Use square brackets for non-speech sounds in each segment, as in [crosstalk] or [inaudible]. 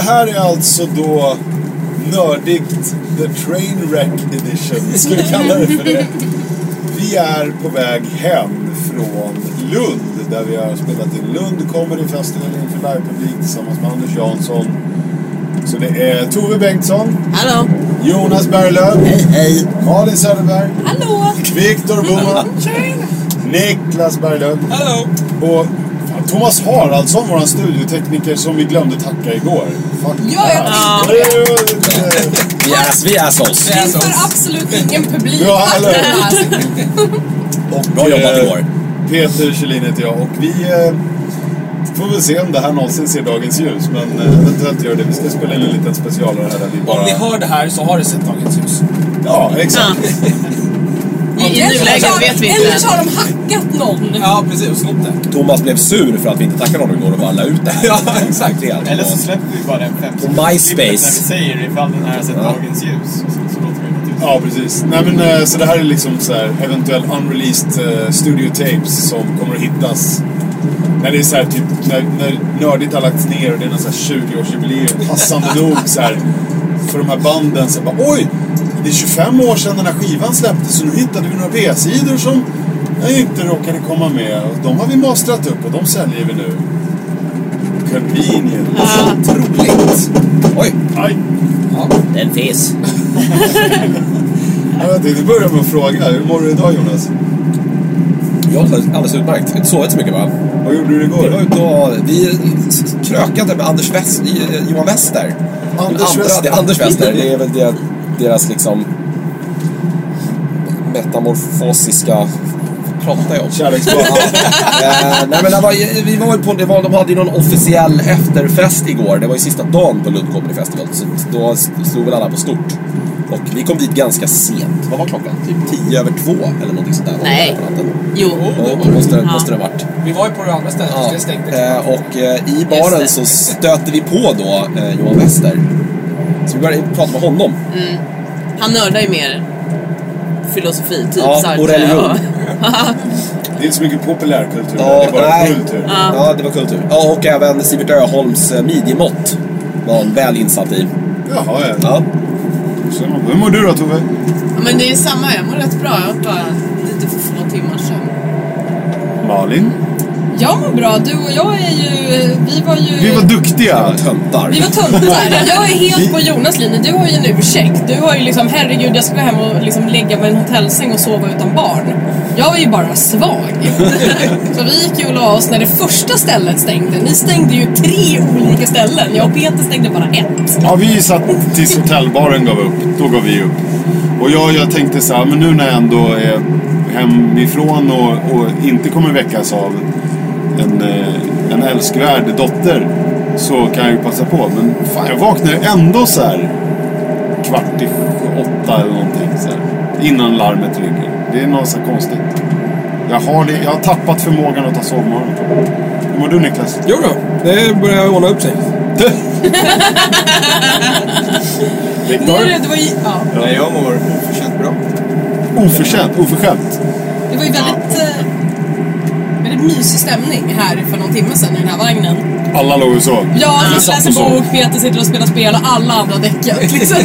här är alltså då nördigt The Trainwreck Edition. Ska vi kalla det för det? Vi är på väg hem från Lund där vi har spelat in Lund Comedy Festival inför livepublik tillsammans med Anders Jansson. Så det är Tove Bengtsson, Hallå! Jonas Berglöf, hej! Malin Söderberg, Hallå! Viktor Boman, Niklas Berglöf Hallå! och fan, Thomas Haraldsson, vår studiotekniker som vi glömde tacka igår. Fuck. Ja, jag Ja. Det är ju- Vi är, vi alltså är sås. finns alltså- för absolut ingen publik. Bra, hallå. Alltså, Och, Bra jobbat eh, igår. Peter Kjellin heter jag och vi eh, får väl se om det här någonsin ser dagens ljus. Men eh, eventuellt gör det. Vi ska spela in en liten specialare här där vi bara... Om ni hör det här så har det sett dagens ljus. Ja, Ja. exakt. I, I eller så nuläget har- vet vi Eller så inte. har de hackat någon. Ja, precis. Och snott det. Thomas blev sur för att vi inte tackade honom igår och bara la ut det här. Ja, exakt. Det är allt. Eller så släpper vi bara den fem På MySpace. När vi säger ifall den här har sett Ja. dagens ljus. Så, så låter vi det naturligt. Ja, precis. Nej, men, eh, så det här är liksom så här, eventuell unreleased eh, studio tapes som kommer att hittas. När det är så här, typ, när, när Nördigt har lagts ner och det är någon så här 20-årsjubileum. Passande nog så här, för de här banden. Så här, bara, Oj! Det är 25 år sedan den här skivan släpptes och nu hittade vi några B-sidor som jag inte råkade komma med. Och de har vi mastrat upp och de säljer vi nu. Convenient. Otroligt. Oj, Aj! den finns. [laughs] Jag tänkte börja med att fråga. Hur mår du idag Jonas? Jag har alldeles utmärkt. Inte sovit så mycket va? Vad gjorde du Vi var igår? ute och vi krökade med Anders West, eh, Johan Wester. Anders Andra- Wester. Det är Anders Wester. Det är väl det, deras liksom metamorfosiska pratar jag om. [laughs] Kärleksbarn. Eh, nej men det var, vi var väl på, det var, de hade ju någon officiell efterfest igår. Det var ju sista dagen på Lund Comedy Festival. Så då slog väl alla på stort. Och vi kom dit ganska sent. Vad var klockan? Typ tio över två eller någonting sånt där. Nej. På natten. Jo. Ja, det måste, Ja. måste det ha varit. Vi var ju på det andra stället. Ja. Ja. Det stängde Eh, och eh, i baren Just så det. stöter vi på då eh, Johan Wester. Så vi började prata med honom. Han nördar ju mer filosofi, typ. Ja, så här, och tror jag. religion. Det är inte så mycket populärkultur, Ja, det är bara nej. kultur. Ja. Ja, det var kultur. Ja, och även Sivert Öholms eh, midjemått var han väl insatt i. Jaha, ja. Ja. Så, Hur mår du då Tove? Ja, Men det är samma, jag mår rätt bra. Jag åt bara lite för få timmar sedan. Malin? Jag mår bra. Du och jag är ju... Vi var ju... Vi var duktiga. Ja, töntar. vi [laughs] var töntar. Jag är helt på Jonas linje. Du har ju en ursäkt. Du har ju liksom, herregud jag ska gå hem och liksom lägga mig i en hotellsäng och sova utan barn. Jag var ju [laughs] bara svag. Så vi gick ju och la oss när det första stället stängde. Ni stängde ju tre olika ställen. Jag och Peter stängde bara ett. Ja, vi satt tills hotellbaren gav upp. Då gav vi upp. Och jag, jag tänkte så här, men nu när jag ändå är hemifrån och, och inte kommer väckas av en, eh, en älskvärd dotter så kan jag ju passa på. Men fan, jag vaknar ju ändå så här kvart i åtta eller någonting så här, innan larmet ringer. Det är något så här konstigt. Jag har, det, jag har tappat förmågan att ta sovmorgon. Hur mår du Niklas? Jo då, det börjar ordna upp sig. Nu är det, det var ju, ja. Nej, jag mår oförtjänt bra. Oförtjänt, oförskämt. Det var ju väldigt, eh, väldigt mysig stämning här för någon timme sedan i den här vagnen. Alla låg och sov. Jag Vi sitter och satt läser och sov. bok, Peter sitter och spelar spel och alla andra däckar. [laughs] Liksom.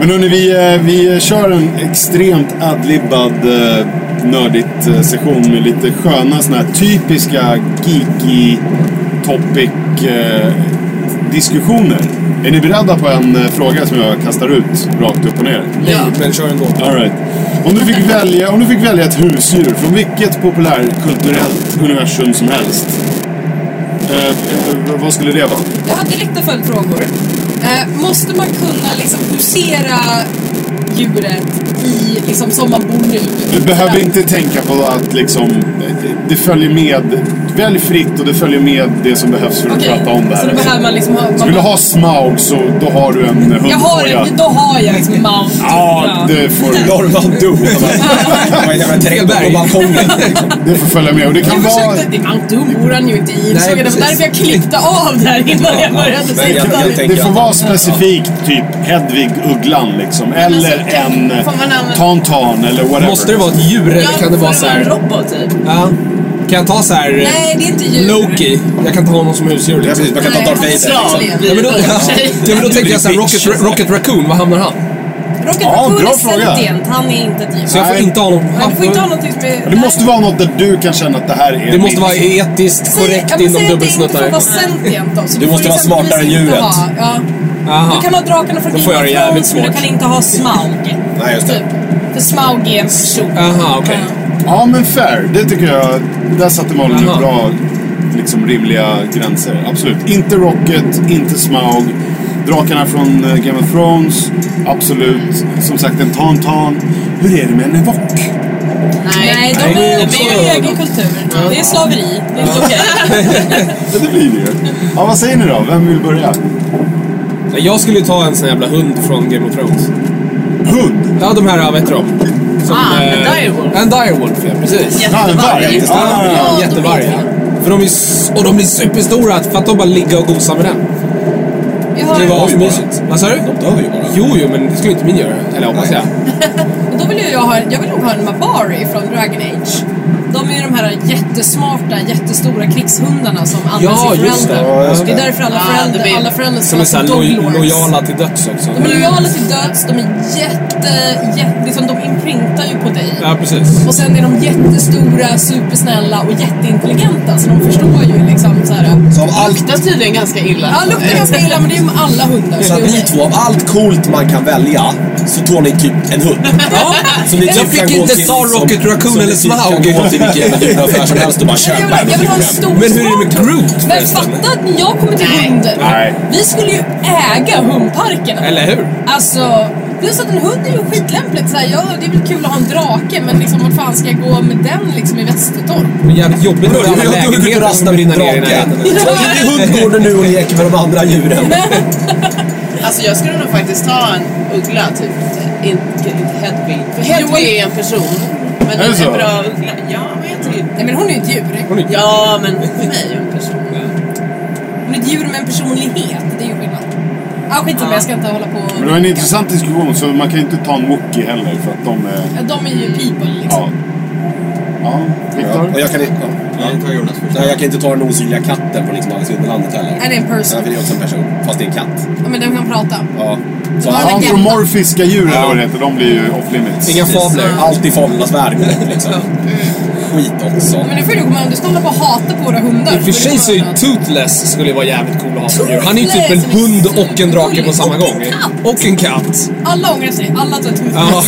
Men hörni, vi, eh, vi kör en extremt adlibbad eh, nördigt eh, session med lite sköna såna här typiska geeky topic eh, diskussioner. Är ni beredda på en eh, fråga som jag kastar ut rakt upp och ner? Ja. Men kör ändå. All right. Om du, fick välja, om du fick välja ett husdjur från vilket populärkulturellt universum som helst. Eh, eh, vad skulle det vara? Jag har direkta följdfrågor. Eh, måste man kunna liksom husera djuret i, liksom, som man bor nu? Du behöver inte tänka på att liksom, det följer med. Välj fritt och det följer med det som behövs för att Okej, prata om det så då här. behöver man liksom ha... Man, Vill du ha Smaug så då har du en hundkoja. jag har, då har jag liksom Mount. Ja, det får, [laughs] Norman Doom. Träd på balkongen. det får följa med. Och det kan Jag vara... försökte, det Mount Doom bor han ju inte i. Nej, insåg jag. Det var precis. därför jag klippte av där innan jag började men jag- sitta. jag Det får vara specifikt typ Hedvig Ugglan liksom. Eller alltså, en får man använda- Tantan eller whatever. Måste det vara ett djur eller Ja, kan det vara får så vara en Mm. här... robot typ? Ja. Kan jag ta så här... eh, Nej, det är inte djur. Loki. Jag kan ta honom som husdjur. Ja, Liksom. precis. Man kan ta Nej, Darth Vader. slav. Liksom. Ja, men då, ja, men då tänkte jag så här, Rocket, Rocket Raccoon, var hamnar han? Rocket Ja, Raccoon bra är fråga. sentient, han är inte ett djur. Så jag får Nej. inte ha någon... Nej, du får inte ha någonting som är... Det måste vara något där du kan känna att det här är Det måste mitt. vara etiskt korrekt inom Du får dubbelsnuttare. vara sentient då. så Du får måste vara exempelvis smartare än inte djuret. ha- Ja. Du Aha. kan ha drakarna från Då får jag det Game of jävligt Thrones, men du svårt. kan inte ha Smaug. Nej, just det. Typ. För Smaug är en person. Aha, okej. Ja, men fair. Det tycker jag. Där satte Malin Jaha. upp bra, liksom rimliga gränser. Absolut. Inte Rocket, inte Smaug. Drakarna från eh, Game of Thrones. Absolut. Som sagt, en Tantan. Hur är det med en Evok? Nej, de Nej, är, det är de är också- ju egen kultur. Det är slaveri. Det är inte okej. Ja, det blir det ju. Ja, vad säger ni då? Vem vill börja? Nej, Jag skulle ju ta en sån jävla hund från Game of Thrones. Hund? Ja, de här, vad heter de? Som, Ah, en eh, direwolf. En direwolf, ja precis. Ja, en varg. Ja, Ja, ja, ja. ja, de jättevarg. är ja. För de är, s- och de blir superstora, för att de bara ligga och gosa med den. Jag Det har, var ju bara. asmysigt. Vad sa du? De dör ju bara. Jo, jo, men det skulle inte min göra. Eller hoppas jag. Nej. och då vill ju jag ha, jag vill nog ha en Mabari från Dragon Age. De är ju de här jättesmarta, jättestora krigshundarna som används Ja, i just det. föräldrar. Ja, det. just det. är därför alla Ah, föräldrar, de är- alla föräldrar ska Som är ha såhär dog lo- lords. lojala till döds också. De är lojala till döds, de är jätte, jätte liksom, de imprintar ju på dig. Ja, precis. Och sen är de jättestora, supersnälla och jätteintelligenta så de förstår ju liksom så här. Så av allt, Luktar tydligen ganska illa. Ja, luktar ganska illa men det är ju med alla hundar. så det att är ni okej. [laughs] två, av allt coolt man kan välja, så tår ni typ en hund. Ja, Som ni Jag typ fick kan gå inte till- ta som- Rocket Raccoon som ni eller typ kan Smaug. gå till vilken djuraffär som helst och bara Jag vill, köpa jag vill ha en hund. stor Men hur är det med smart hund. Groot Men förresten? fatta att när jag kommer till Nej. hunden. Nej. Vi skulle ju äga hundparkerna. Eller hur? Alltså, plus att en hund är ju skitlämpligt. Så här, ja, det är väl kul att ha en drake men liksom vad fan ska jag gå med den liksom i Västertorp? [laughs] Det är jävligt jobbigt Vadå, med du- alla du- du- du- du- lägenheter rastar som brinner din ner i drake. närheten. Så in i hundgården nu och lek med de andra djuren. Alltså jag skulle nog faktiskt ta en uggla typ. Inte, inte Hedvig. För Hedvig är en person. Men det en så? bra uggla. Ja, men jag tycker... Nej men hon är ju ett djur. Hon är- Ja, men för mig är hon en person. Hon är ett djur med en personlighet. Det är ju skillnad. Ah, skitsamma, Ja. jag ska inte hålla på och... Men det var en intressant diskussion, så man kan ju inte ta en Wookie heller för att de är... Ja, de är ju people Ja. liksom. Ja, Ja, Viktor? och jag kan inte... Ja. Jag tar Jonas först. Nej, jag kan inte ta den osynliga katten på liksom Alice i Underlandet heller. Är det en Ja, person? för det är också en person, fast det är en katt. Ja, men de kan prata. Ja. Så Var det allt, Antromorfiska djur eller vad det heter, de blir ju off limits. Inga fabler. allt i fablernas värld liksom. Skit också. Ja, men nu får du komma om du ska hålla på och hata på våra hundar. I och för får du sig så är göra. Toothless skulle vara jävligt cool att ha som djur. Han är ju typ en Toothless är hund och en drake på supergullig. samma Och en gång. katt. Och en katt. Alla ångrar sig. Alla tar ett hund. Ja.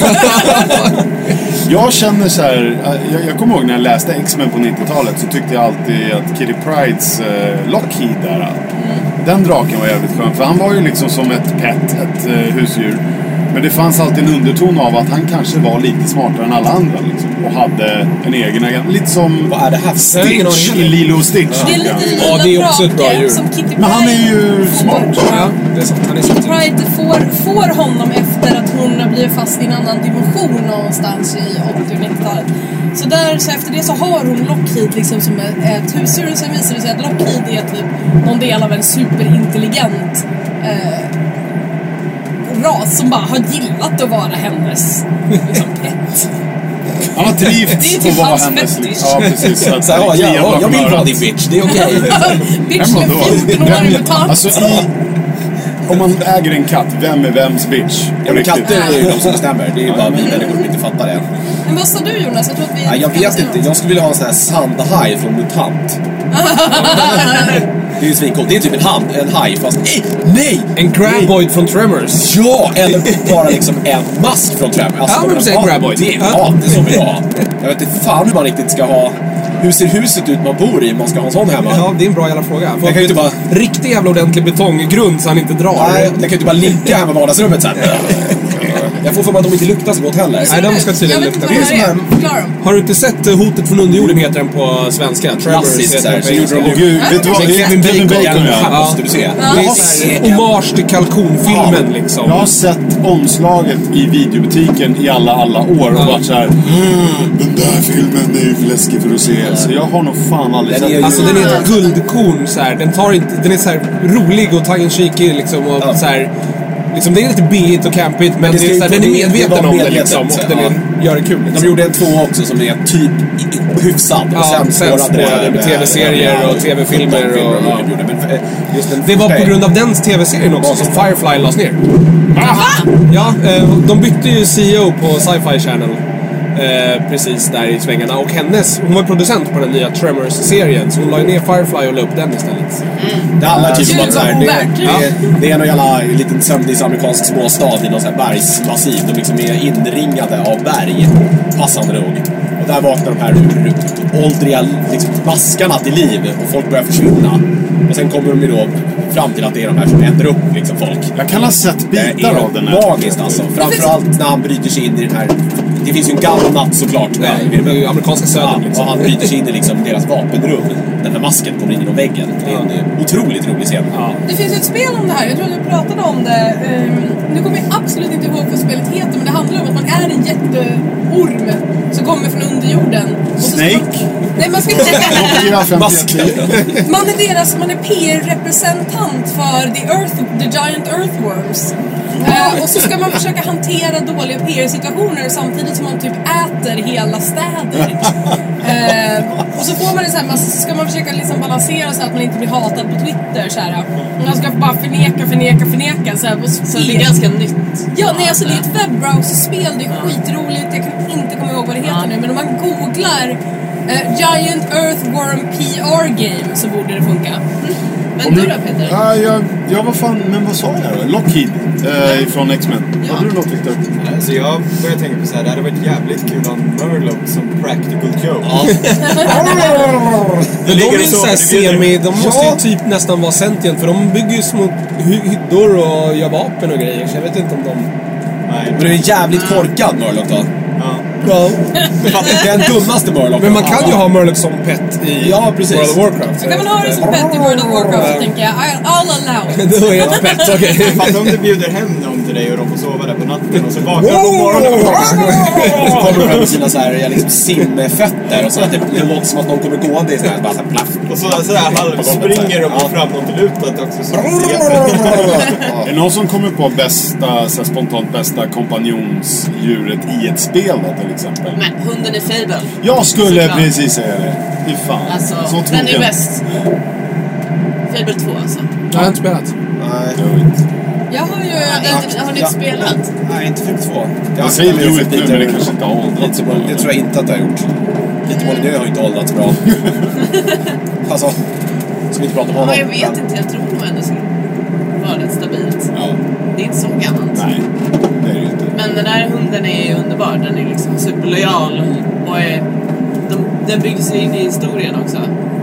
Jag känner så här, eh, jag, jag kommer ihåg när jag läste X-Men på 90-talet så tyckte jag alltid att Kitty Prides eh, Lockheed där, eh, den draken var jävligt skön. För han var ju liksom som ett pet, ett eh, husdjur. Men det fanns alltid en underton av att han kanske var lite smartare än alla andra liksom, och hade en egen agenda. Lite som Vad är det här? Jag har ingen aning. Stitch i Lilo och Stitch. Det är tycker jag. lite Ja, det är lila också ett bra drake djur. Som Kitty Pryde. Men han är ju smart. Ja, det är sant. Han är typ- Kitty sant. Pryde får, får honom efter att hon har blivit fast i en annan dimension någonstans i 80 och 90-talet. Så, där, så efter det så har hon Lockheed liksom som ett, ett husdjur och sen visar det sig att Lockheed är typ någon del av en superintelligent eh, ras som bara har gillat att vara hennes liksom, pet. [laughs] Han har Det trivts är på typ att vara hans hennes. fetisch. Ja, precis. Så att Så här, ja, det kliar ja, jag bakom vill vara örat. din bitch, det är okej. Bitch med 14-årig mutant. Alltså, i, om man äger en katt, vem är vems bitch? På Ja, men riktigt. katter är ju de som bestämmer. Det är ju bara vi människor som inte fattar det. Men vad sa du Jonas? Jag tror att vi... Nej, jag vet inte. Jag skulle vilja ha en sån här sandhaj från MUTANT. Det är ju svincoolt. Det är typ en hand, en haj fast... Nej! Nej! En graboid från Tremors. Ja! Eller bara liksom en mask från Trevor. Ja, men bara, precis, en graboid. Det är ja, Ja. det är så vill jag ha. Jag vet inte fan hur man riktigt ska ha... Hur ser huset ut man bor i om man ska ha en sån hemma? Ja, det är en bra jävla fråga. Jag kan ju inte bara... Riktig jävla ordentlig betonggrund så han inte drar. Nej, jag kan ju inte bara ligga hemma i vardagsrummet såhär. Jag får för mig att de inte luktar så gott heller. Nej, de ska tydligen Jag vet inte lukta. vad det Det är här som är. Förklara dem. Har du inte sett eh, Hotet från underjorden heter den på svenska? Tremors Klassiskt heter så här, den på så gjorde de engelska. Åh gud, vet du vad? Men Det är Kevin Bacon, Den ja. måste du se. Det är så här hommage till kalkonfilmen liksom. Jag har sett omslaget i videobutiken i alla, alla år och varit såhär "Mm, Den där filmen är ju för läskig för att se. Så jag har nog fan aldrig Den sett är ju- den. Alltså den är ett guldkorn så här. Den, tar inte, den är så här rolig och tongue in cheeky liksom. Och Ja. så här, Liksom, det är lite bigt och campigt, men det det ska är, ju så här, den är vara medveten om det medvetet, liksom. Och den är, gör det kul. De Liksom. gjorde en två också som är typ i- hyfsad. Ja, sen spårade det med TV-serier och TV-filmer och- och ja. gjorde. Men, eh, just den Det var första på grund av den tv-serien också som Firefly lades ner. Ja, eh, de bytte ju CEO på Sci-Fi Channel eh, precis där i svängarna. Och hennes, hon var producent på den nya Tremors-serien, så hon la ju ner Firefly och la upp den istället. Det handlar typ om Gud, att så här, vad det, overkligt. det, det är någon jävla liten sömnig amerikansk småstad i någon sån här bergsmassiv. De liksom är inringade av berg, passande nog. Och där vaknar de här uråldriga liksom, baskarna till liv och folk börjar försvinna. Och sen kommer de ju då fram till att det är de här som äter upp liksom, folk. Jag kan ha sett Det bitar av den är här. magiskt alltså. Framförallt när han bryter sig in i den här... Det finns ju en gammal natt såklart. Nej, det är ju amerikanska Ja, södern liksom. och han bryter sig in i liksom deras vapenrum. Den här masken kommer in genom väggen. Det är en eh, otroligt rolig scen. Det finns ju ett spel om det här, jag tror att du pratade om det. Ehm, nu kommer jag absolut inte ihåg vad spelet heter, men det handlar om att man är en jätteorm som kommer från underjorden. Och så ska man- Snake? Nej, man ska inte... 4.51. Man är deras, man är PR-representant för the, Earth, the Giant Earthworms. Eh, och så ska man försöka hantera dåliga PR-situationer samtidigt som man typ äter hela städer. Eh, och så får man en sån här, man ska man försöka liksom balansera så att man inte blir hatad på Twitter. Så här. Man ska bara förneka, förneka, förneka. Så, här, och så, Så det är ganska nytt. Ja, nej, alltså det är ett webbrowserspel, det är skitroligt, jag kan inte komma ihåg vad det heter Ja. nu, men om man googlar eh, Giant Earthworm PR Game så borde det funka. Men du då Peter? Ja, jag, jag vad fan, men vad sa jag då? Lockheed eh, från X-Men. Ja. Hade du något Viktor? Alltså jag börjar tänka på så här, det hade varit jävligt kul om Murloc som practical joke. Men de ligger är det ju så såhär att det blir- semi... De måste Ja. ju typ nästan vara sentient, för de bygger ju små hy- hyddor och gör vapen och grejer. Så jag vet inte om de... Men Nej. du är jävligt korkad Murloc då. Ja. Den dummaste Murloc. Men man kan ju ha Murloc som pet i Ja, precis. World of Warcraft. Så kan man ha det som pet i World of Warcraft så tänker jag, I'll, I'll allow it. Då är det ett pet, okej. Fatta om du bjuder hem någon till dig och de får sova där på natten och så vaknar de på morgonen och Så [laughs] kommer de med sina så här, liksom, simfötter och så att det, det låter som att någon kommer gående i sån här, bara så här plaff. Och så sådär halvspringer de på framåtlutat också. Så Är det någon som kommer på bästa, så här, spontant bästa kompanjonsdjuret i ett spel då till exempel? Men hunden i Fable. Jag skulle Såklart. precis säga det. Fy fan. Alltså, så den är trogen. bäst. Fable 2 alltså. Jag har inte spelat. Nej. Do it. Jag har ju Har ni- har ni en... inte spelat? Nej, inte för två. Jag säger do it nu men det kanske inte har åldrats så bra. Det tror jag inte att jag har gjort. Lite dåligt, det har inte åldrats [laughs] bra. Alltså, ska vi inte prata om honom? Ja, jag vet inte, jag tror nog ändå skulle vara rätt stabilt. Ja. Det är inte så gammalt. Nej, det är det ju inte. Men den där hunden är ju underbar. Den är liksom superlojal och är, de, den bygger sig in i historien också.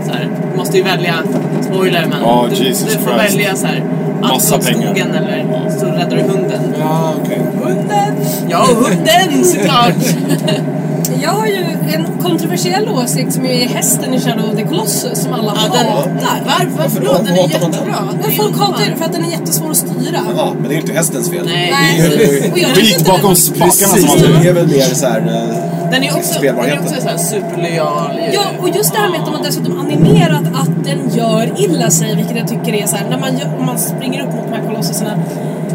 Så här, du måste ju välja, spoiler men, Ja, du, Jesus du får Christ. välja så här, Massa antingen pengar. skogen eller så räddar du hunden. Ja, okej. Hunden! Ja, och hunden såklart! Jag har ju en kontroversiell åsikt som är hästen i Shadow of the Colossus som alla Ja, den, hatar. varför, varför då? Varför Den är hatar man den? jättebra. Den Men är folk hatar ju den underbar. för att den är jättesvår att styra. Ja, men det är ju inte hästens fel. Nej, Nej, och jag Du tycker gick inte den- bakom spakarna Precis, som alltid. det är väl mer så här... eh, den är också, den är Spelbarheten. också så här superlojal. ju. Ja, och just det här med att de har dessutom animerat att den gör illa sig, vilket jag tycker är så här, när man, gör, om man springer upp mot de här kolosserna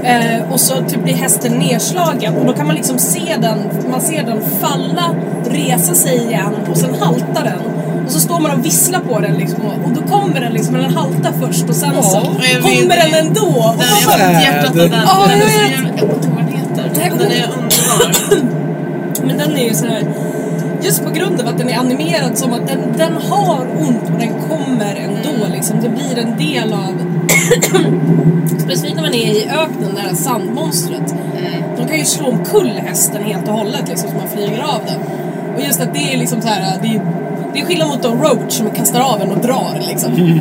eh, och så typ blir hästen nedslagen och då kan man liksom se den, man ser den falla, resa sig igen och sen halta den. Och så står man och visslar på den liksom och och då kommer den liksom, men den haltar först och sen så jag vet kommer den det. ändå. Och Den man är bara, bara hjärtat av den. Ja, den är jag så vet. jävla- Jag kommer inte ihåg vad den heter. Nej, Den är underbar. Men den är ju så här... Just på grund av att den är animerad som att den, den har ont och den kommer ändå liksom. Det blir en del av... Specifikt när man är i öknen, det här sandmonstret. De kan ju slå omkull hästen helt och hållet liksom så man flyger av den. Och just att det är liksom så här... Det är, det är skillnad mot då Roach som kastar av en och drar liksom.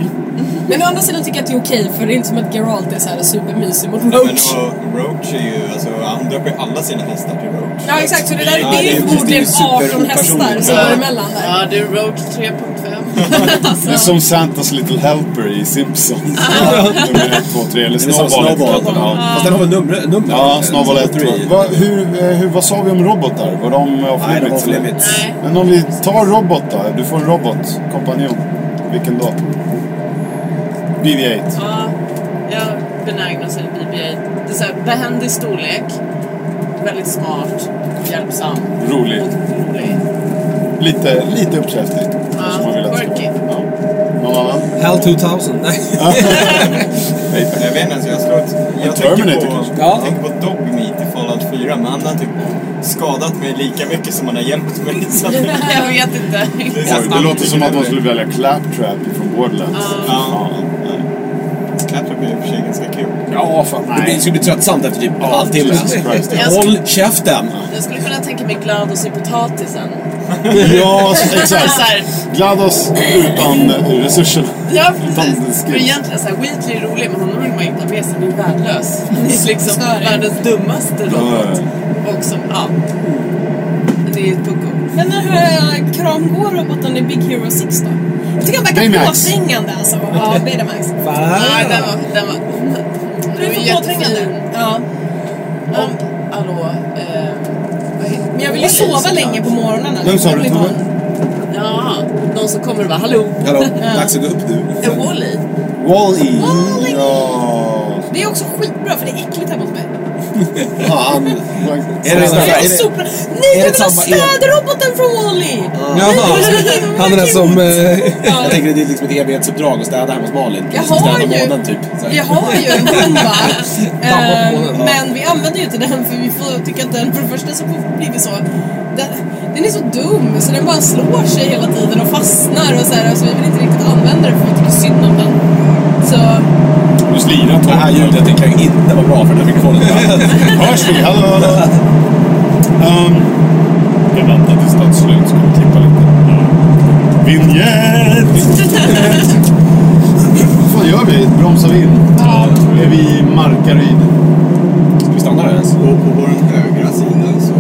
Men å andra sidan tycker jag att det är okej för det är inte som att Geralt är så här supermysig mot Men Roach. och Roach är ju, alltså han döper ju alla sina hästar till Roach. Ja exakt, så det, där, Ja, det är det är ju ju förmodligen super 18 hästar som opersonligt. går emellan där. Ja, det är Road 3.5. Det är som Santas Little Helper i [laughs] Simpsons. Nummer 1, 2, 3. Eller Det är som Snowball 1, 2, Snowball. Fast den har väl nummer? nummer Ja, Snowball 1, 2. Va, hur, eh, hur, vad sa vi om robotar? Var de off Nej, de var limits? off eller? limits. Nej. Men om vi tar robot då. Du får en robot, kompanjon. Vilken då? BB-8. Ja, jag benägnas en BB-8. lite såhär behändig storlek. Väldigt smart, hjälpsam Rolig. och rolig. [laughs] Lite, lite uppkäftig. Ja, som man vill att- quirky. Ja. Någon [laughs] annan? Hell 2000. Nej. Jag vet inte, ens, jag slår ett... Jag Terminator tänker på, kanske? Ja. jag tänker på Dog Meat i Fallout 4, men han har typ skadat mig lika mycket som han har hjälpt mig. [laughs] Så att, Jag vet inte. Det är så Oj, det snabbt. låter som att man skulle välja Claptrap från Borderlands. Ja. Fan. Claptrap är i och för sig ganska kul. Ja, fan. Det blir- det skulle bli tröttsamt efter typ en halvtimme. Jesus Christ. Jag- Håll käften! Jag skulle kunna tänka mig Glados i potatisen. Ja, alltså, [laughs] exakt. Så här, Glados utan resurser. ja, Utan precis. För skräck. egentligen så här, Wheatley är rolig, men honom vill man inte ha med sig. Han är ju värdelös. Han är liksom världens dummaste robot. Och som, ja. Det är ju ett pucko. Men den här eh, kramgå-roboten i Big Hero 6 då? Jag tycker han verkar Baymax. påträngande alltså. Ja, Betamax. Ah. Nej, den var... Den var Du är den var för påträngande. Ja. Ja, hallå. Eh, vad heter- Men jag vill ju Wall-E sova såklart. länge på morgonen. Vem sa du, Eller imorgon. Ja, någon som kommer och bara hallå. [laughs] Hallå, dags att gå upp nu. En Wall-E. Wall-E. Wall-E. Ja. Det är också skitbra för det är äckligt hemma hos mig. Fan. Är det Jag är Är det- sopra... Nej, jag det vill ha samma el? städroboten från Wall-E! Jaha. Han den där som... eh, Ja. Jag tänker att det är liksom ett evighetsuppdrag att städa hemma hos Malin. Jag Liksom har städa ju- månen typ. Så här. Vi har ju en hund va? Tappa Eh, på den, ja. Men vi använder ju inte den för vi får tycka att den, för det första så får- blir vi så, den, den är så dum så den bara slår sig hela tiden och fastnar och så här, så vi vill inte riktigt använda den för vi tycker synd om den. Så, Du slirar Det här ljudet det kan ju inte vara bra för den här mikrofonen. Hörs vi? Hallå, hallå. Um, jag väntar tills det är slut så kommer vi klippa lite. Vinjett! Vad fan gör vi? Bromsar vi in? Ja. Är vi i Markaryd? Ska vi stanna där ens? Och på vår högra sida så...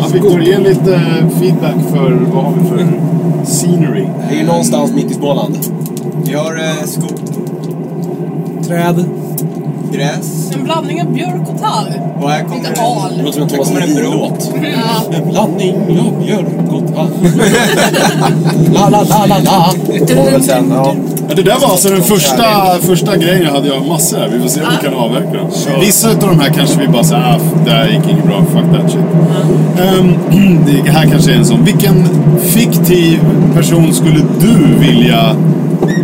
Ja, Victor, ge lite feedback för vad har vi för scenery? Det är ju någonstans mitt i Småland. Vi har eh, skog, Träd. gräs en blandning av björk och Mm. tall. och här kommer Lite al. Det låter som en Här Thomas kommer en bro. Ledin-låt. En blandning av björk och tall. La, la, la, la, la. Det var väl sen, ja. Ja, det där var alltså den första, första grejen hade jag massor här. Vi får se om vi kan avverka dem. Vissa av de här kanske vi bara såhär, ah, det här gick inget bra, fuck that shit. Ehm, [clears throat] det här kanske är en sån. Vilken fiktiv person skulle du vilja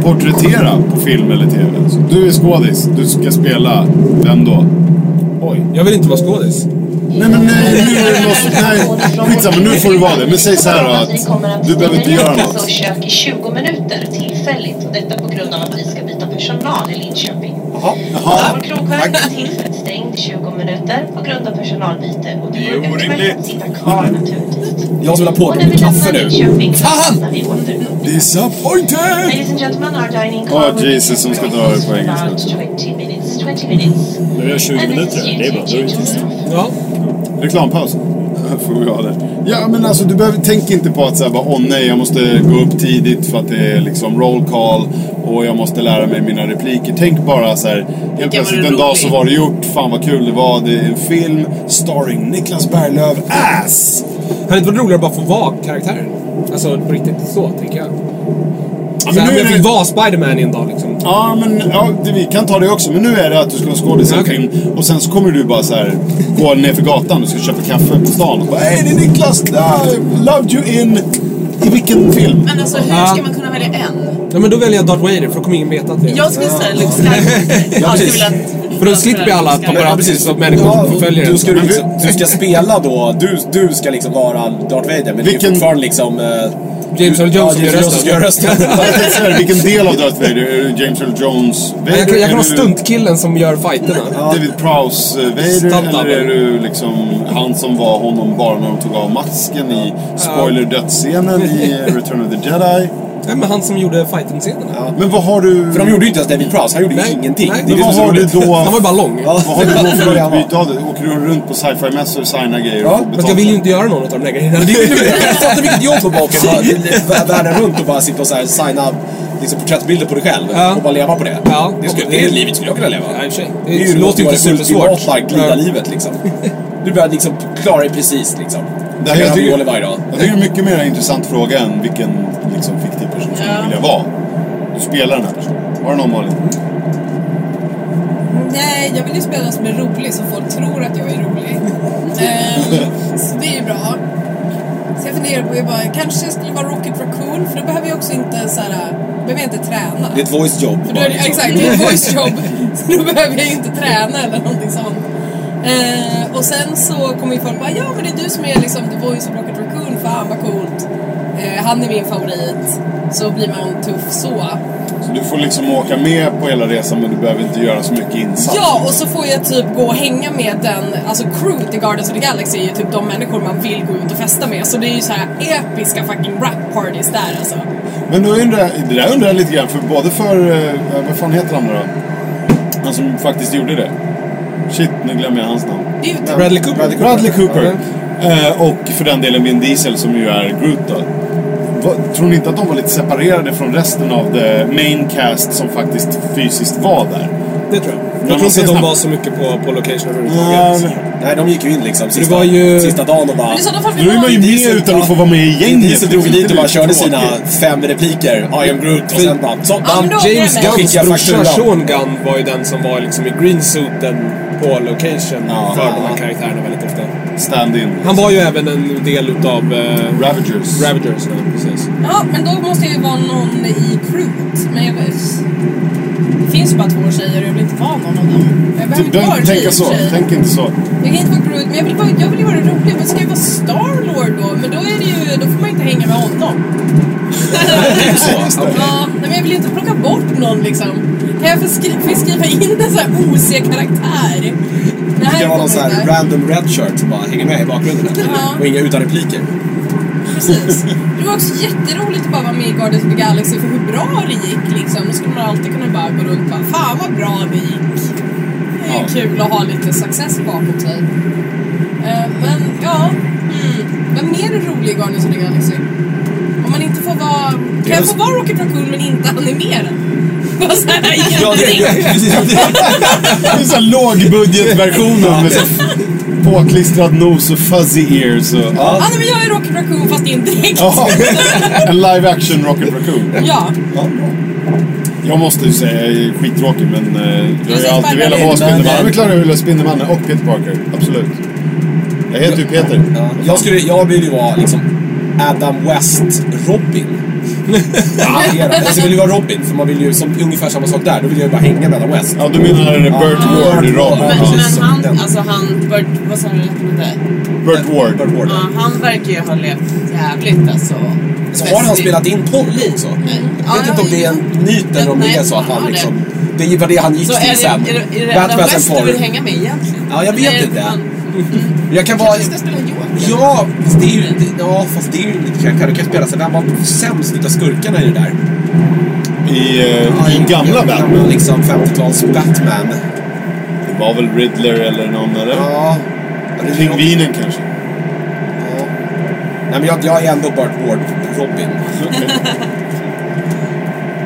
porträttera på film eller TV? Så du är skådis, du ska spela, vem då? Oj. Jag vill inte vara skådis. Nej men nej, nu är det något sånt- nej, skitsamma, nu får du vara det. Men säg så här då att du behöver inte göra något. kök i 20 minuter tillfälligt och detta på grund av att vi ska byta personal i Linköping. Jaha. Jaha. Vår krogvärd är tillfälligt stängd i 20 minuter på grund av personalbyte och det Det är går utmärkt orimligt. att sitta kvar naturligtvis. Jag skulle ha Och när påbörjat vi med kaffe lämnar nu. Linköping Fan! öppnar vi åter. Disappointed! Ladies and gentlemen, our dining Åh, car will be Jesus, de ska ta det på engelska. about 20 minutes, 20 minutes. Nu är jag 20 And this minuter. is Det är bra. Då är det YouTube tyst. channel. Ja. Reklampaus. Får vi ha det. Ja, men alltså du behöver, tänk inte på att säga bara åh nej, jag måste gå upp tidigt för att det är liksom roll call och jag måste lära mig mina repliker. Tänk bara så här, helt plötsligt det en dag rolig? så var det gjort, fan vad kul det var, det är en film starring Niklas Berglöf, ass! Hade inte varit roligare att bara få vara karaktären? Alltså på riktigt så, tänker jag. Ja, Så men här, nu om är jag det, fick vara Spiderman i en dag liksom. ja, men ja, det, vi kan ta det också, men nu är det att du ska vara skådis i en Okej. film och sen så kommer du bara så här gå ner för gatan och ska köpa kaffe på stan och bara hej det är Niklas, I loved you in, i vilken film? Men alltså hur ska man kunna välja en? Ja, men då väljer jag Darth Vader för då kommer ingen veta att det är Jag skulle säga Luke [laughs] Skywalker. Jag skulle vilja att- För då slipper vi alla Skywalker. paparazzi precis så att människor förföljer Du en. ska, Men vi- liksom, du ska spela då, du, du ska liksom vara Darth Vader men det är Vilken- fortfarande liksom... eh, James Earl ja, Jones som gör Jones som gör rösten. rösten. [laughs] Jag tänkte säga det, Alltså, vilken del av Darth Vader? Är du James Earl Jones Vader? Ja, Jag kan, jag Är kan vara du stuntkillen som gör fighterna. David Prowse eh, Vader? Stuntdouble. Eller är du liksom han som var honom bara när de tog av masken i spoiler dödsscenen i eh, Return of the Jedi? Ja, men han som gjorde fighten-scenerna. Men vad har du... För de gjorde ju inte ens David Prowse, han gjorde ju Nej, ingenting. nej. det är Men det vad som är har så du roligt. då... Han var ju bara lång. Ja. Vad har du då [laughs] för Ja. utbyte av det? Åker du runt på sci-fi-mässor och signar grejer Ja, och får Men jag betalt? vill ju inte göra någon av de där grejerna. [laughs] Det är ju Jag fattar inte vilket jobb på [laughs] baken var. Vä- Världen runt och bara sitta och så här signa liksom, porträttbilder på dig själv Ja. och bara leva på det. Ja. Det, skulle, det är livet skulle jag kunna leva. Ja, i och för sig. Det Det, är ju låter ju inte supersvårt. Det glida Ja. livet [laughs] liksom. Du börjar liksom klara dig precis liksom. Det här, jag, tycker, Ravioli varje dag. jag tycker det är en mycket mer intressant fråga än vilken liksom, fiktiv person skulle Ja. vilja vara. Du spelar den här personen. Har du någon Malin? Mm, Nej, jag vill ju spela som är rolig så folk tror att jag är rolig. [laughs] Ehm, så det är ju bra. Så jag funderar på, jag bara, kanske jag skulle vara Rocket Raccoon för då behöver jag också inte så här, behöver jag inte träna. Det är ett voice job. För då är det, exakt, det är ett voice job. [laughs] Så då behöver jag ju inte träna eller någonting sånt. Eh, och sen så kommer ju folk bara, ja men det är du som är liksom The Voice of Rocket Raccoon, fan vad coolt. Eh, han är min favorit. Så blir man tuff så. Så du får liksom åka med på hela resan men du behöver inte göra så mycket insats. Ja, och så får jag typ gå och hänga med den, alltså crewet i Guardians of the Galaxy är ju typ de människor man vill gå ut och festa med. Så det är ju så här episka fucking rap parties där alltså. Men då undrar, det där undrar jag lite grann, för både för, eh, vad fan heter han nu då? Han som faktiskt gjorde det. Shit, nu glömmer jag hans namn. Det är ju typ Bradley Cooper. Bradley Cooper. Bradley Cooper. Eh, och för den delen Vin Diesel som ju är Groot då. Vad- Tror ni inte att de var lite separerade från resten av the main cast som faktiskt fysiskt var där? Det tror jag. Men Jag tror man inte ser att de snabbt. var så mycket på, på location Ja, överhuvudtaget. Alltså, men- Nej, de gick ju in liksom sista, var ju- sista dagen och bara... Men i sådana fall vill Nu är man ju man... med utan att få vara med i Vin gänget. Diesel drog ju dit och bara körde sina Tråkigt. fem repliker. I am Groot och sen bara... Så, Ja, men då- James Nej, men- Gunns Skicka brorsa fakturan. Sean Gunn var ju den som var liksom i greensuiten på location Ja. för de Ja. här karaktärerna väldigt ofta. Stand-in. Han var ju även en del utav eh, Ravagers. Ravagers. Ja, precis. Ja, men då måste jag ju vara någon i crewet. Men jag vet... Det finns bara två tjejer och jag vill inte vara någon av dem. Jag behöver Du, inte vara en tänka så. tjej. Tänk inte så. Jag kan inte vara crewet, men jag vill, vara, jag vill ju vara rolig. Men ska jag vara Starlord då? Men då, är det ju, då får man inte hänga med honom. ja, nej, men jag vill ju inte plocka bort någon liksom. Kan jag få skriva, får jag skriva in en sån här OC-karaktär? Det kan vara någon sån här random red shirt som bara hänger med i bakgrunden. Ja. Och inga utan repliker. Precis. Det var också jätteroligt att bara vara med i Guardians of the Galaxy för hur bra det gick liksom. Då skulle man alltid kunna bara gå runt och bara Fan vad bra det gick. Det är ju kul att ha lite success bakom sig. Eh, men ja, mm. vem mer är rolig i Guardians of the Galaxy? Om man inte får vara... Kan jag få vara Rocket Raccoon men inte animerad? [laughs] Bara såhär Ja, det, ingenting. [laughs] Det är såhär lågbudgetversionen med så påklistrad nos och fuzzy ears och... Ja, nej, men jag är Rocket Raccoon fast i en dräkt. Ja, [laughs] en live action Rocket Raccoon. ja. Jag måste ju säga, jag är skittråkig men eh, jag har ju säger alltid velat Spiderman. vara Spindelmannen. Men- Jag är klar över att vara Spindelmannen och Peter Parker, absolut. Jag heter ju Peter. Ja. Jag, skulle, jag vill ju vara liksom Adam [laughs] West-Robin. Ja. Alltså, jag vill ju vara Robin, för man vill ju, som, ungefär samma sak där. Då vill jag ju bara hänga med Adam West. Ja, du menar eh, Burt Ah, Ward i Burt Ward. Rambo? Men, Ja. men som han, den. alltså han, Bert, vad sa du, hette han inte? Burt Ward. Burt Ward. Ja, han verkar ju ha levt jävligt alltså. Så har han Festligt. spelat in porr också? Nej. Jag vet Ja, inte om det är en myt eller om det Nej, är så att han han har liksom... Det var det han gick Så är till sen. det, är det, är det Batman Adam sen West du vill porr. hänga med egentligen? Ja, jag vet Eller är det inte. han- Jag kan vara... Kanske ska spela Joker? Ja, fast det är ju... det- Ja, fast det är ju lite karaktär. Du kan spela så vem var sämst utav skurkarna i det där? I, eh, I gamla Batman. Liksom 50-tals Batman. Det var väl Riddler eller någon eller? Ja. Ja, det är någon- Pingvinen kanske? [laughs] Ja. Nej, men jag, jag är ändå Burt Ward, Robin. Okej.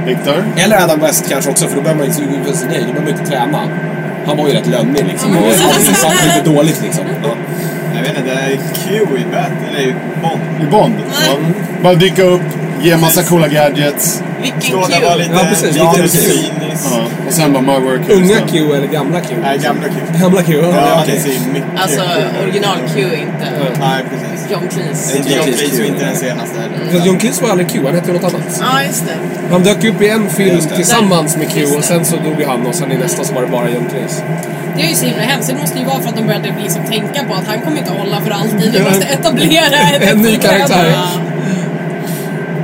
Victor? Eller Adam West kanske också, för då behöver man ju nej, då behöver man ju inte träna. Han var ju rätt lögnig liksom. Mm. Han var ju- han satt lite dåligt liksom. Ja. Jag vet inte, det är Q i Bat, eller i Bond. I Bond? Ja. Bara dyka upp, ge massa coola gadgets. Vilken Stå där och vara kul! lite... Ja, precis. lite Lite precis. cynisk. Ja. Och sen bara my work here is Unga done. Q eller gamla Q? Nej, gamla Q. [laughs] Gamla Q, ja. Ja, okej. precis. Mycket Alltså coolare. original-Q, inte Nej, precis. John Cleese. Inte John Cleese och inte den senaste heller. Fast John Cleese var aldrig Q, han hette ju något annat. Ja, just det. Han dök upp i en film Just det. tillsammans med Q Just det. och sen så dog ju han och sen i nästa så var det bara John Cleese. Det är ju så himla hemskt. Det måste ju vara för att de började liksom tänka på att han kommer inte hålla för alltid. Vi måste etablera ett- En ny karaktär. Ja.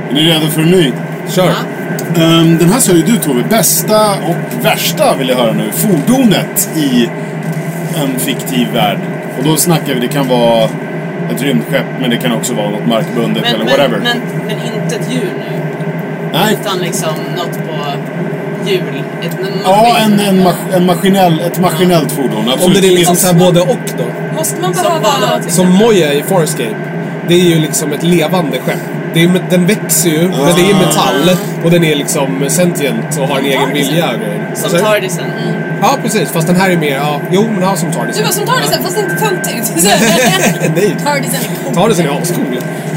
Är ni redo för en ny? Kör! Ehm, den här sa ju du Tove, bästa och värsta vill jag höra nu. Fordonet i en fiktiv värld. Och då snackar vi, det kan vara ett rymdskepp men det kan också vara något markbundet Men, eller men, whatever. men, men inte ett djur nu. Nej. Utan liksom något på hjul. Ett, en Ja, en, maskin. en, mas en maskinell, ett maskinellt fordon. Om Absolut. det är liksom såhär både och då. Måste man Som behöva... vanligt. Som Moja i Farscape. Det är ju liksom ett levande skepp. Det är, med- den växer ju, men det är metall och den är liksom sentient och har en egen vilja och grejer. Som Vad säger du? Tardisen. Mm. Ja, precis. Fast den här är mer, ja, jo men ja, som Tardis. Du var som Tardisen fast inte töntigt. [laughs] Nej. Tardisen är cool. Tardisen är ascool.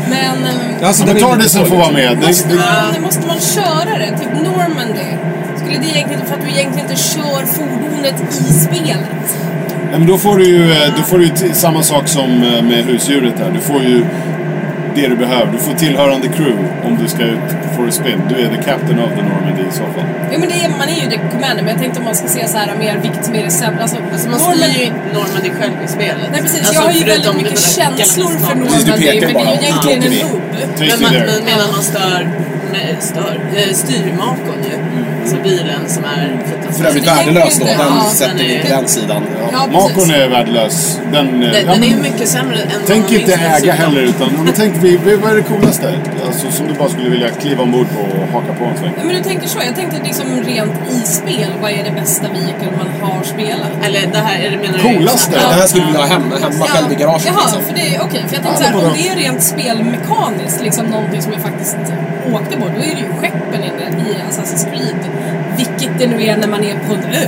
Men... ehm, Alltså, Ja, men är ta inte det sen så får vara med. Det, Måste det, man, måste man köra det? Typ Normandy. skulle det egentligen för att du egentligen inte kör fordonet i spelet? Nej, men då får du ju, eh, då får du ju t- samma sak som eh, med husdjuret här. Du får ju det du behöver. Du får tillhörande crew om du ska ut for a spin. Du är the captain of the Normandy i så fall. Jo men det är, man är ju det commander, men jag tänkte om man ska se så här mer vikt, mer sämre. Alltså, Alltså man Norman- styr ju inte Normandy själv i spelet. Nej precis, alltså, jag har ju förutom väldigt mycket det där känslor galna för snart. Precis, du Normandy, pekar men det bara. är ju egentligen en Då åker vi. noob. Take Men you man, there. men medan man stör, nej, stör eh, styrmakon ju. Alltså bilen som är... För övrigt det är värdelös då. inte- Den ja, sätter den vi är- på den sidan. Ja. Ja, Makon precis. är värdelös. Den, eh, Den, ja, den är men ju mycket sämre än vad Tänk man liksom inte minns den äga dessutom. heller utan ja, men tänk, vi- vi- vad är det coolaste? Alltså, som du bara skulle vilja kliva ombord på och haka på en sväng. Ja, men du tänker så. Jag tänkte liksom rent i spel, vad är det bästa vehicle man har spelat? Eller det här, eller menar du... Coolaste? Det här skulle vi vilja ha hemma, hemma själv i garaget Jaha, liksom. för det, okej, för jag tänkte Ja, såhär, vadå? om det är rent spelmekaniskt, liksom någonting som jag faktiskt åkte på, då är det ju skeppen i, i Assassin's Creed. Vilket det nu är när man är på en ö.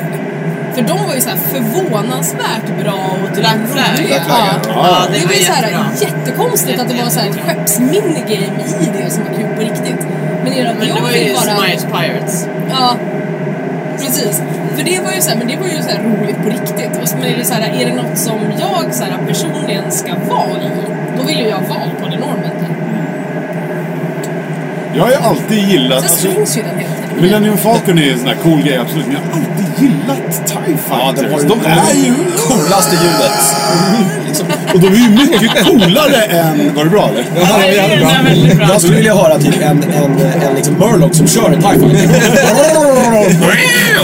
För de var ju såhär förvånansvärt bra och typ Black Flag. roliga. Black Flag, ja. Ja, det Det var ju såhär jättebra. jättekonstigt att det var såhär ett skeppsminigame i det som var kul på riktigt. Men era Men det jag var fick ju bara... Smiles Pirates. Ja, precis. För det var ju så här, men det var ju så här roligt på riktigt. Och så är det så här, är det något som jag så här, personligen ska vara i, då vill ju jag vara på typ. det Normandy. Jag har ju alltid gillat... Sen Alltså, slängs ju den hela tiden. Millennium Falcon är ju en sån här cool grej, absolut. Men jag har alltid gillat TIE Fighters. var ju- de är ju... Coolaste ljudet. Och de är ju mycket coolare än... Var det bra eller? Ja, det är den där väldigt bra. Jag skulle vilja höra typ en, en, en liksom Murloc som kör en TIE Fighter.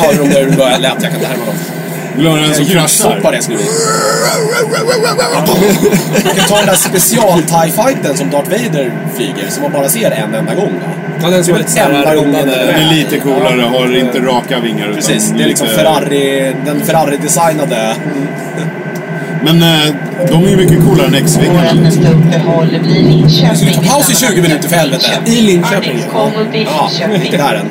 Har de där bara lät, jag kan inte härma dem. Vill du höra en som Ljussoppa kraschar? det skulle bli. Man kan ta den där special-TIE Fighten som Darth Vader flyger, som man bara ser en enda gång va? Ja, den som är lite såhär Enda gången. Den rundade. är lite coolare, har inte raka vingar utan Precis, det är liksom lite- Ferrari, den Ferrari-designade. Men eh, de är ju mycket coolare än Vårat X-vingarna. nästa uppehåll blir Linköping. ska vi ta paus Typ i 20 minuter för helvete? Linköping. I Linköping. Arnix kommer bli Ja, Linköping. där den.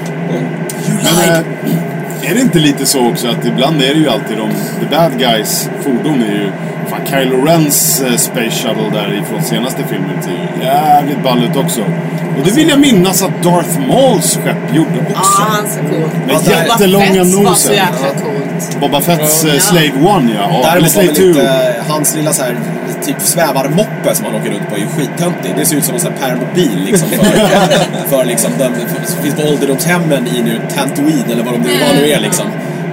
Men eh, är det inte lite så också att ibland är det ju alltid de... The bad guys fordon är ju... Fan, Kylo Rens eh, Space Shuttle där ifrån senaste filmen ser ju jävligt ball ut också. Och det vill jag minnas att Darth Mauls skepp gjorde Ja, också. han ser cool. Med Boba jättelånga Fett Ah, var så nosen. jäkla coolt. Boba Fetts eh, Ja. Slave One ja. ja. Eller Däremot var Slave väl Two. inte hans lilla så här, typ svävarmoppe som han åker runt på är ju skittöntig. Det ser ut som en sån här permobil [laughs] liksom för, för liksom den som finns på ålderdomshemmen i nu Tantooine eller vad de nu, vad nu är liksom.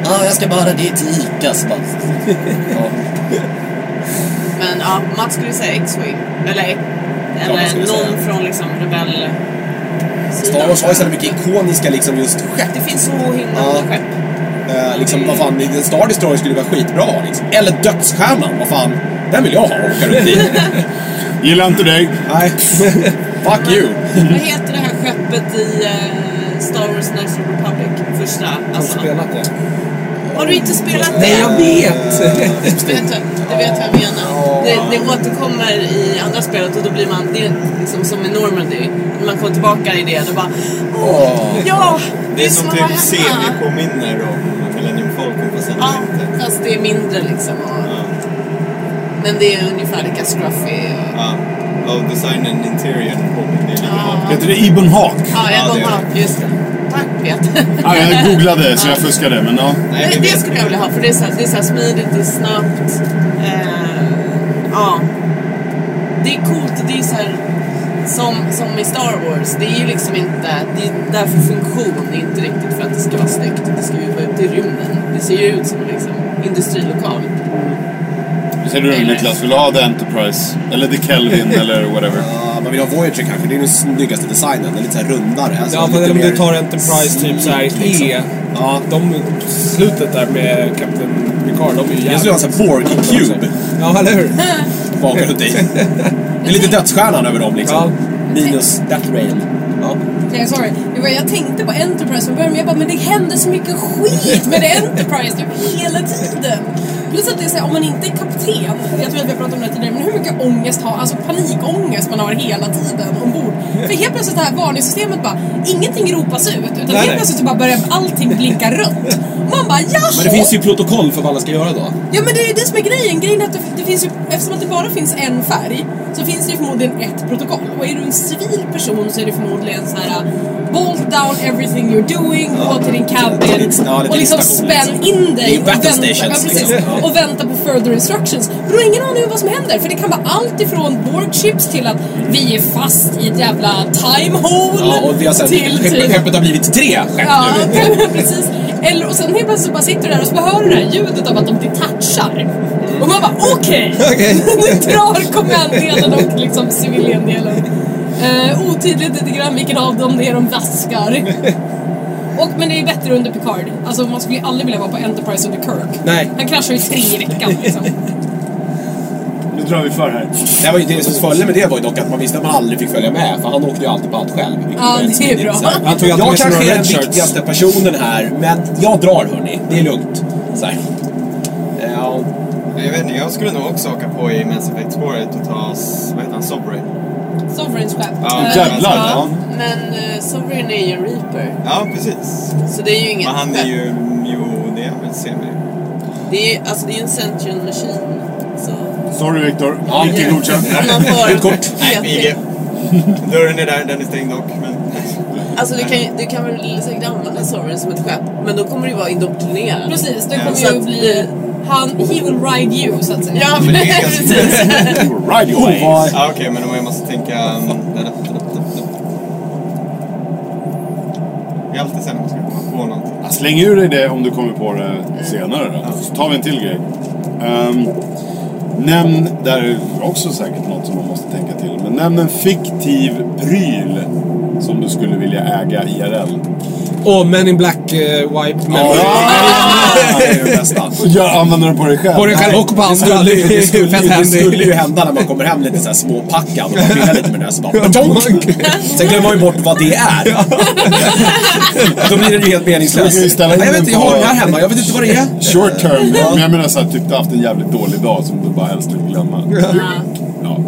Ja, jag ska bara det till Ica. så bara- Ja. Men ja, Mats skulle säga X-Wing. Eller, man eller skulle någon säga. från liksom rebell... Star Wars har ju så här mycket ikoniska liksom just skepp. Det finns så himla Ja. många skepp. Eh, liksom, vad fan, en Star Destroyer skulle vara skitbra liksom. Eller Dödsstjärnan, vad fan. Den vill jag ha och åka runt [laughs] i. Gillar inte dig. Nej. Fuck you. Vad heter det här skeppet i eh, Star Wars National Republic? Första? Alltså, Spelat det. har du inte spelat det? Nej, jag vet! vet du, du vet vad jag menar. Det, det återkommer i andra spelet och då blir man, det är liksom som i Normandy. När man kommer tillbaka i det, då bara Åh. ja, Det är som att vara typ hemma." semi-påminner om Millennium Falcon fast ändå Ja, inte. fast det är mindre liksom. Och, Ja. men det är ungefär lika scruffy. och- Ja, av designen, interiören påminner det lika Ja. bra. Heter det Ibn Hawk? Ja, Ja, jag det går är bara, just det. Tack Peter. Ja, jag googlade så jag fuskade men ja. Nej, Det, vi det vet. skulle jag vilja ha för det är så här, det är så här smidigt och snabbt. Eh, ja. Det är coolt och det är så här som, som i Star Wars. Det är ju liksom inte, det är därför funktion, det är inte riktigt för att det ska vara snyggt. Det ska ju vara ute i rymden. Det ser ju ut som liksom industrilokal. Ser du Niklas, vill du ha The Enterprise? Eller The Kelvin eller whatever? Ja, man vill ha Voyager kanske, det är den snyggaste designen. Den är lite så här rundare. Alltså, Ja, lite men om mer du tar Enterprise typ såhär sleek, liksom. E. Ja. De, slutet där med Captain Picard, de är ju Jag skulle ha en sån här Borg-cube Ja, eller hur? bakom runt i. Det är lite dödsstjärnan över dem liksom. Minus Death Rail. Ja. Nej, sorry. Det var- Jag tänkte på Enterprise från början, men jag bara, men det händer så mycket skit med det Enterprise typ hela tiden. Plus att det är såhär, om man inte är kapten, jag tror att vi har pratat om det här tidigare, men hur mycket ångest har, alltså panikångest man har hela tiden ombord. För helt plötsligt det här varningssystemet bara, ingenting ropas ut, utan nej. helt plötsligt så bara börjar allting blinka rött. Man bara, jaha! Men det finns ju protokoll för vad alla ska göra då. Ja men det är ju det som är grejen. Grejen är att det, det finns ju, eftersom att det bara finns en färg så finns det ju förmodligen ett protokoll. Och är du en civil person så är det förmodligen så här uh, Bolt write down everything you're doing, gå till din till cabin ditt- ja, det och till liksom station, spänn liksom. in Det är dig ju och battle vänta, ja, stations, precis, liksom. och vänta på further instructions. För du har ingen aning om vad som händer, för det kan vara allt ifrån board chips till att vi är fast i ett jävla time hole Ja, och vi har sett [laughs] till skeppet, typ skeppet har blivit tre skepp Ja, nu. [laughs] precis. Eller, och sen helt plötsligt så bara sitter du där och så bara hör du det här ljudet av att de detachar. Och man bara [laughs] okej! [laughs] Okej. nu drar kommanddelen och liksom civiliendelen. Eh, otydligt lite grann vilken av dem det är de vaskar. Och, men det är bättre under Picard. Alltså man skulle ju aldrig vilja vara på Enterprise under Kirk. Nej. Han kraschar ju tre i veckan [laughs] liksom. Nu drar vi för här. Det, var ju, det som följde med det var ju dock att man visste att man aldrig fick följa med för han åkte ju alltid på allt själv. vilket Ja, var det är smidigt, bra. så här. Han tog alltid jag med sig kanske några är den red shirts. viktigaste personen här men jag drar hörni, det är lugnt. Så här. Ja, Nej, Jag vet inte, jag skulle nog också åka på i Mass Effect-spåret och ta, s- vad heter han, Sovereign? Sovereign skepp. Ja, Eh, Jävlar! ja. Ja. Men uh, Sovereign är ju en reaper. Ja, precis. Så det är ju inget Men han är skepp. ju, jo, det är väl semi. Det är ju alltså, det är ju en Centurion Machine. Så Sorry Viktor. Icke godkänt. [laughs] om man får Gult kort. Nej, IG. PT. Dörren är där, den är stängd dock, men... Alltså du kan, ju- du kan väl säkert använda Sovereign som ett skepp. Men då kommer du ju vara indoktrinerad. Precis, det Så kommer ju att- bli... Han, he will ride you så att säga. Ja, men det är ju ganska- precis. [laughs] Right away. Ja, okej, men då jag måste tänka... um, da, da, da, da, da. Jag är alltid sen om jag ska komma på någonting. Ja, Släng ur dig det om du kommer på det senare då. Så tar vi en till grej. Um, nämn, där är också säkert något som man måste tänka till. Men nämn en fiktiv pryl som du skulle vilja äga IRL. Och Men in Black eh, Wipe Memory. [laughs] det är det bästa. Jag använder den på dig själv. På dig själv och på Det hans skulle, bröder. ju- det, skulle, Fett ju- det handy. skulle [laughs] ju hända när man kommer hem lite såhär småpackad och man pillar lite med den här så bara "Patong!" Sen glömmer man ju bort vad det är. Då blir den ju helt Du meningslös. kan ju ställa in Nej, jag vet den inte, jag har på- den här hemma. Jag vet inte vad det är. Short term. Men jag menar så här, typ du har haft en jävligt dålig dag som du bara helst vill glömma. Ja.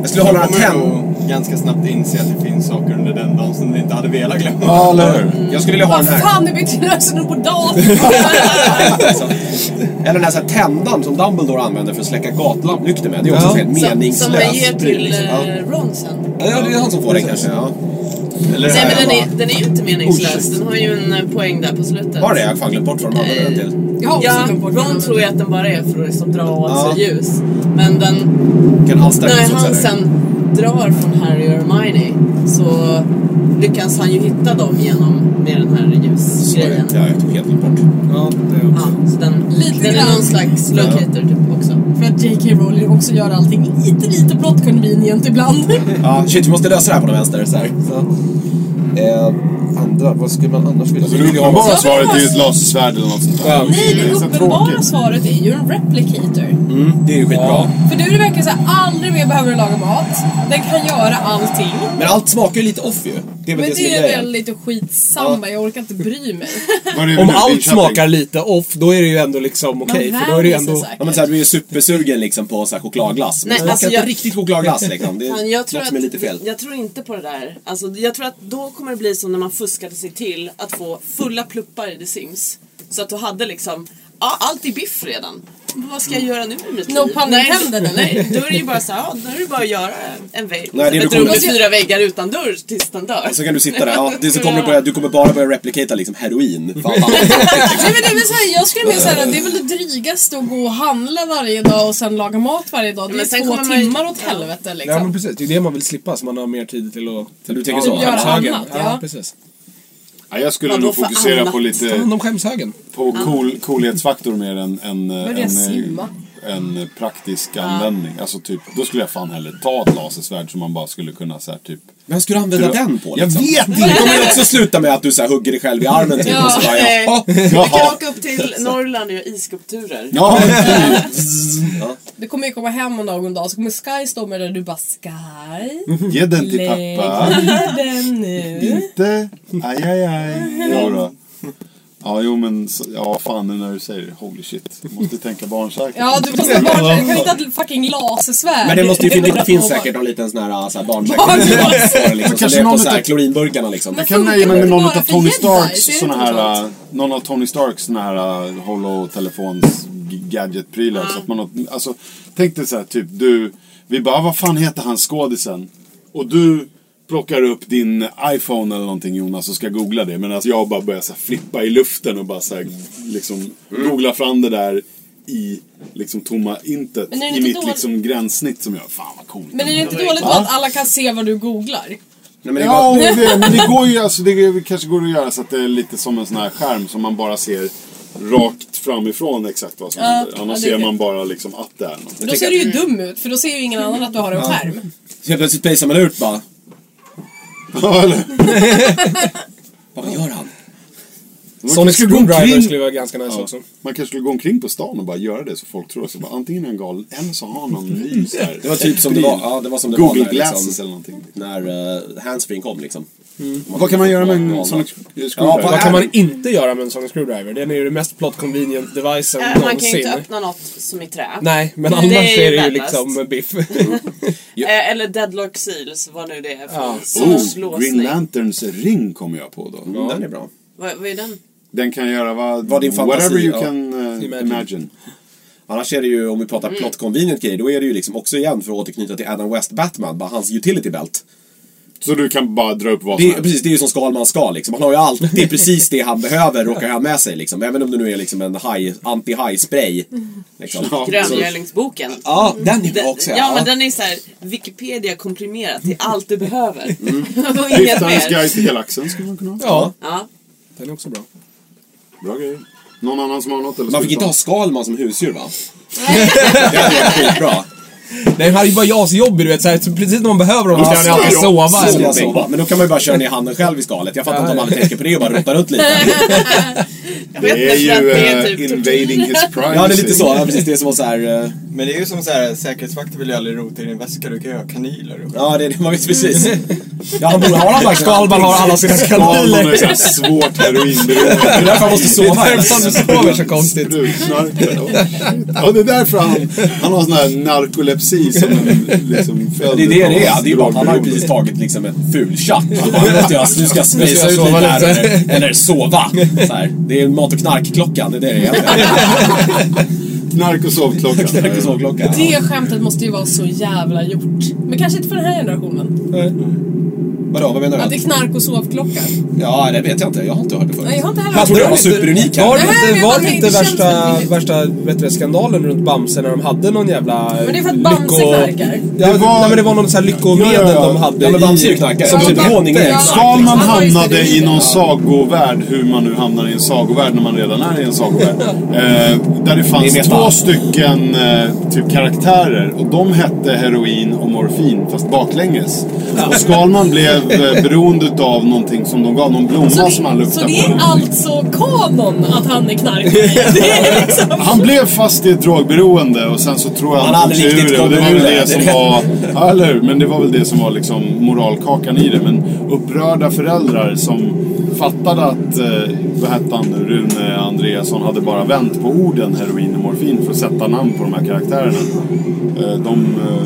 Jag skulle ha några Jag kommer tänder. nog ganska snabbt inse att det finns saker under den dagen som du inte hade velat glömma. Ja, eller hur? Jag skulle vilja ha den här. Fan, du bytte lösenord på datorn! [laughs] Eller den här, så här tändan som Dumbledore använder för att släcka gatlyktor med. Det är också Ja. helt Som, som man ger meningslöst. till liksom. Ja. eh, Ron sen. Ja, det är han som får den kanske. Ja. Eller Nej men här, den bara- är, den är ju inte meningslös. Den har ju en eh, poäng där på slutet. Var det? Jag har fan glömt bort vad de använder den till. Jag har också Ja, glömt bort Ron namnet. tror ju att den bara är för att liksom dra åt Ja. sig ljus. Men den, Kan alstra när ljuset, så han här. sen drar från Harry och Hermione så lyckas han ju hitta dem genom med den här Så är det. ljusgrejen. Ja, jag tog helt bort. Ja, det är- Ja, så den, Lite den är grann. någon slags locator typ också. För att J.K. Rowling också gör allting lite, lite plot [laughs] convenient ibland. Ja, shit, vi måste lösa det här på den vänster. Så här. Så. Eh, andra, vad skulle man annars vilja? Alltså, Så Vi det vill ju ha- uppenbara Ja, svaret men- är ju ett lasersvärd eller något sånt där. Ja. Det Nej, det är så uppenbara tråkigt. svaret är ju en replicator. Mm, det är ju skitbra. För nu är det verkligen så här, aldrig mer behöver du laga mat. Den kan göra allting. Men allt smakar ju lite off ju. Det är väl Men det som det är är väl grejen. lite skitsamma, jag orkar inte bry mig. Var är vi Om nu? allt Linköping? smakar lite off, då är det ju ändå liksom okej. Man för då är det ju vänjer sig ändå... Ja, men så här, du är ju supersugen liksom på så här, chokladglass. Men Nej, det smakar alltså inte jag- riktigt chokladglass liksom. Det är Fan, jag tror något som är att- lite fel. Jag tror inte på det där. Alltså, jag tror att då kommer det bli som när man fuskade sig till att få fulla pluppar i The Sims. Så att du hade liksom, ja allt är biff redan. Men Vad ska jag göra nu med mitt No liv? pun Nej, intended, eller? Nej, då är det ju bara så här, ja, då är det bara att göra en vägg. Nej, det Alltså, är ett du rum kommer- med fyra väggar utan dörr tills den dör. Så kan du sitta där. Ja, det så kommer du, börja, du kommer bara börja replikata liksom heroin. Fan, fan. [laughs] [laughs] Nej men det är väl så här, jag skulle mer säga att det är väl det drygaste att gå och handla varje dag och sen laga mat varje dag. Det Ja, är men sen två kommer man ju- timmar åt helvete Ja men liksom. precis, det är ju det man vill slippa så man har mer tid till att... Till Du tänker så? Göra skämshögen. annat, ja. ja. precis. Ja, jag skulle Vadå nog för fokusera annat? på lite... Hand om skämshögen. På cool, coolhetsfaktor mer än, än, eh, Börja än, simma. eh, än praktisk användning. Alltså typ, då skulle jag fan hellre ta ett lasersvärd som man bara skulle kunna så här, typ... Vem ska du använda den på Jag [laughs] liksom? vet Det inte! kommer ju också sluta med att du så här, hugger dig själv i armen typ. Ja, och så bara, nej. ja. Vi eh, kan Jaha. åka upp till Norrland och göra isskulpturer. Ja, typ, Du kommer ju komma hem en dag och en dag så kommer Sky stå med dig och du bara Sky, Mm, ge den till lägg pappa. den nu. Inte. Aj, aj, aj. Jo då. Ja, jo men så, ja, fan nu när du säger det. Holy shit. Jag måste tänka barnsäkert. Ja, du måste ha barn, du kan ju inte ha ett fucking lasersvärd. Men Äh, det måste ju finnas, det [laughs] finns Barn- säkert någon liten sån här, äh, så här Barnglass. barnsäker. [laughs] liksom, som Kanske det är någon på så här utav- klorinburkarna liksom. Jag kan funkar nöja mig det med inte någon bara av för Tony jedis? Starks Är det såna inte här, något? äh, någon av Tony Starks såna här äh, holotelefons g- gadgetprylar. Så att man, åt- alltså, tänk dig så här, typ du, vi bara, vad fan heter han skådisen? Och du plockar upp din iPhone eller någonting Jonas och ska googla det. Medan jag bara börjar så här, flippa i luften och bara så här, liksom googla fram det där i liksom tomma intet. Men är det I inte mitt då- liksom gränssnitt som jag, fan vad coolt. Men är det inte dåligt då att alla kan se vad du googlar? Nej, men det Ja, var- och det, men det går ju alltså, det kanske går att göra så att det är lite som en sån här skärm som man bara ser rakt framifrån exakt vad som Ja, händer. Annars ja, det är ser man det. bara liksom att det är någonting. Då ser du ju dum ut, för då ser ju ingen annan att du har en skärm. Så helt plötsligt pejsar man ut bara. Ja, [laughs] eller? Vad gör han? Man Sonic kanske skulle gå Screwdriver omkring- skulle vara ganska nice Ja. också. Man kanske skulle gå omkring på stan och bara göra det så folk tror att så bara, antingen är han galen eller så har han någon ny så här, Det var typ som det pryl. var. Ja, det var som det Google var där, Glasses liksom. eller någonting. När uh, handsfree kom liksom. Vad kan man göra med en Ja, Sonic Ja, Screwdriver? vad Vad är kan man det? inte göra med en sån screwdriver? Den är ju det mest plot convenient devicen Eh, Man kan ju någonsin. inte öppna något som är trä. Nej, men Det annars är ju är det ju värdelöst. liksom biff. Eh, Eller deadlock seals, vad nu det är för Ja. sorts oh, Green låsning. Lanterns ring kom jag på då. Mm, Den är bra. Vad, vad är den? Den kan göra vad... Vad din fantasi, whatever you ja. can eh, Imagine. imagine. Annars är det ju, om vi pratar plot convenient grejer, då är det ju liksom också igen för att återknyta till Adam West Batman, bara hans utility belt. Så du kan bara dra upp vad som Det är, helst. precis, det är ju som Skalman ska liksom. Han har ju alltid precis det han behöver råkar han med sig liksom. Även om det nu är liksom en haj- [laughs] anti-haj-spray. Liksom. Ja. Gröngölingsboken. [laughs] Ja, den är bra Den, också. ja men den är såhär, Wikipedia komprimerat till allt du behöver. Mm. [laughs] och inget Driftarens mer. guide till galaxen skulle man kunna ha. ja, Ja. den är också bra. Bra grej. Någon annan som har något? Eller ska Man fick vi inte ta? ha Skalman som husdjur va? det är skitbra. Nej, han är ju bara asjobbig du vet. Så här, så precis när man behöver honom Ja, ska han ju alltid så- sova. Sova, eller sova, någonting. sova. Men då kan man ju bara köra ner handen själv i skalet. Jag fattar Ja, inte om ja. alla tänker på det och bara rottar runt lite. vet Det är inte, för ju att det är eh, typ invading his privacy. Ja, det är lite så. Ja, precis. Det är som att så här... eh, Men det är ju som så här, säkerhetsvakter vill ju aldrig rota i din väska, du kan ju ha kanyler och Ja, det är det man vet precis. Ja, han borde ha alla Skalman har alla sina Galman är kanyler. så här svårt heroinberoende. Det är därför han måste Det är sova. därför han sover så konstigt. Sprutnarkare. Ja, det är därför han, han har sån här narkolepsi som en liksom, följd Det är det det är. hans Det är bara att han har ju drogberoende. precis tagit liksom ett fultjack. Och bara, Nu måste jag, nu ska jag Nu ska spacea jag ut lite sova här. lite. Eller, eller sova. Så här. Det är mat och knarkklockan. Det är det det heter. Knark och sovklockan. Knark och sovklockan. Det skämtet måste ju vara så jävla gjort. Men kanske inte för den här generationen. Vadå, vad menar Att det du? är knark och sovklocka. Ja, det vet jag inte. Jag har inte hört det förut. Nej, jag har inte heller Jag trodde jag var Hade de inte- superunik här. Var det Nej, men inte, jag var tänkte, det inte det känns värsta, väldigt- värsta vet du, det, skandalen runt Bamse när de hade någon jävla Men det är för att Bamse knarkar. Ja, Det var- Nej, men det var någon sån här lyckomedel Ja, ja, ja. de hade Ja, men Bamse är ju i- knarkare. Som Ja, typ Bamse. honung Ja. Ska man Han var ju hamna steril. i någon sagovärld, hur man nu hamnar i en sagovärld när man redan är i en sagovärld. [laughs] eh, där det fanns Det är meta. två stycken eh, typ karaktärer och de hette heroin och morfin fast baklänges. Och Skalman blev eh, beroende utav någonting som de gav, någon blomma Så som han det, så luktade det på. är alltså kanon att han är [laughs] knarkare. Det är liksom... Han blev fast i ett drogberoende och sen så tror jag Han han hade tog sig riktigt ur det. Och det var väl kommit det ur det. som var... Ja, eller hur? Men det var väl det som var liksom moralkakan i det. Men upprörda föräldrar som fattade att, eh, vad hette han nu, Rune Andreasson hade bara vänt på orden heroin och morfin för att sätta namn på de här karaktärerna. Eh, de... Eh,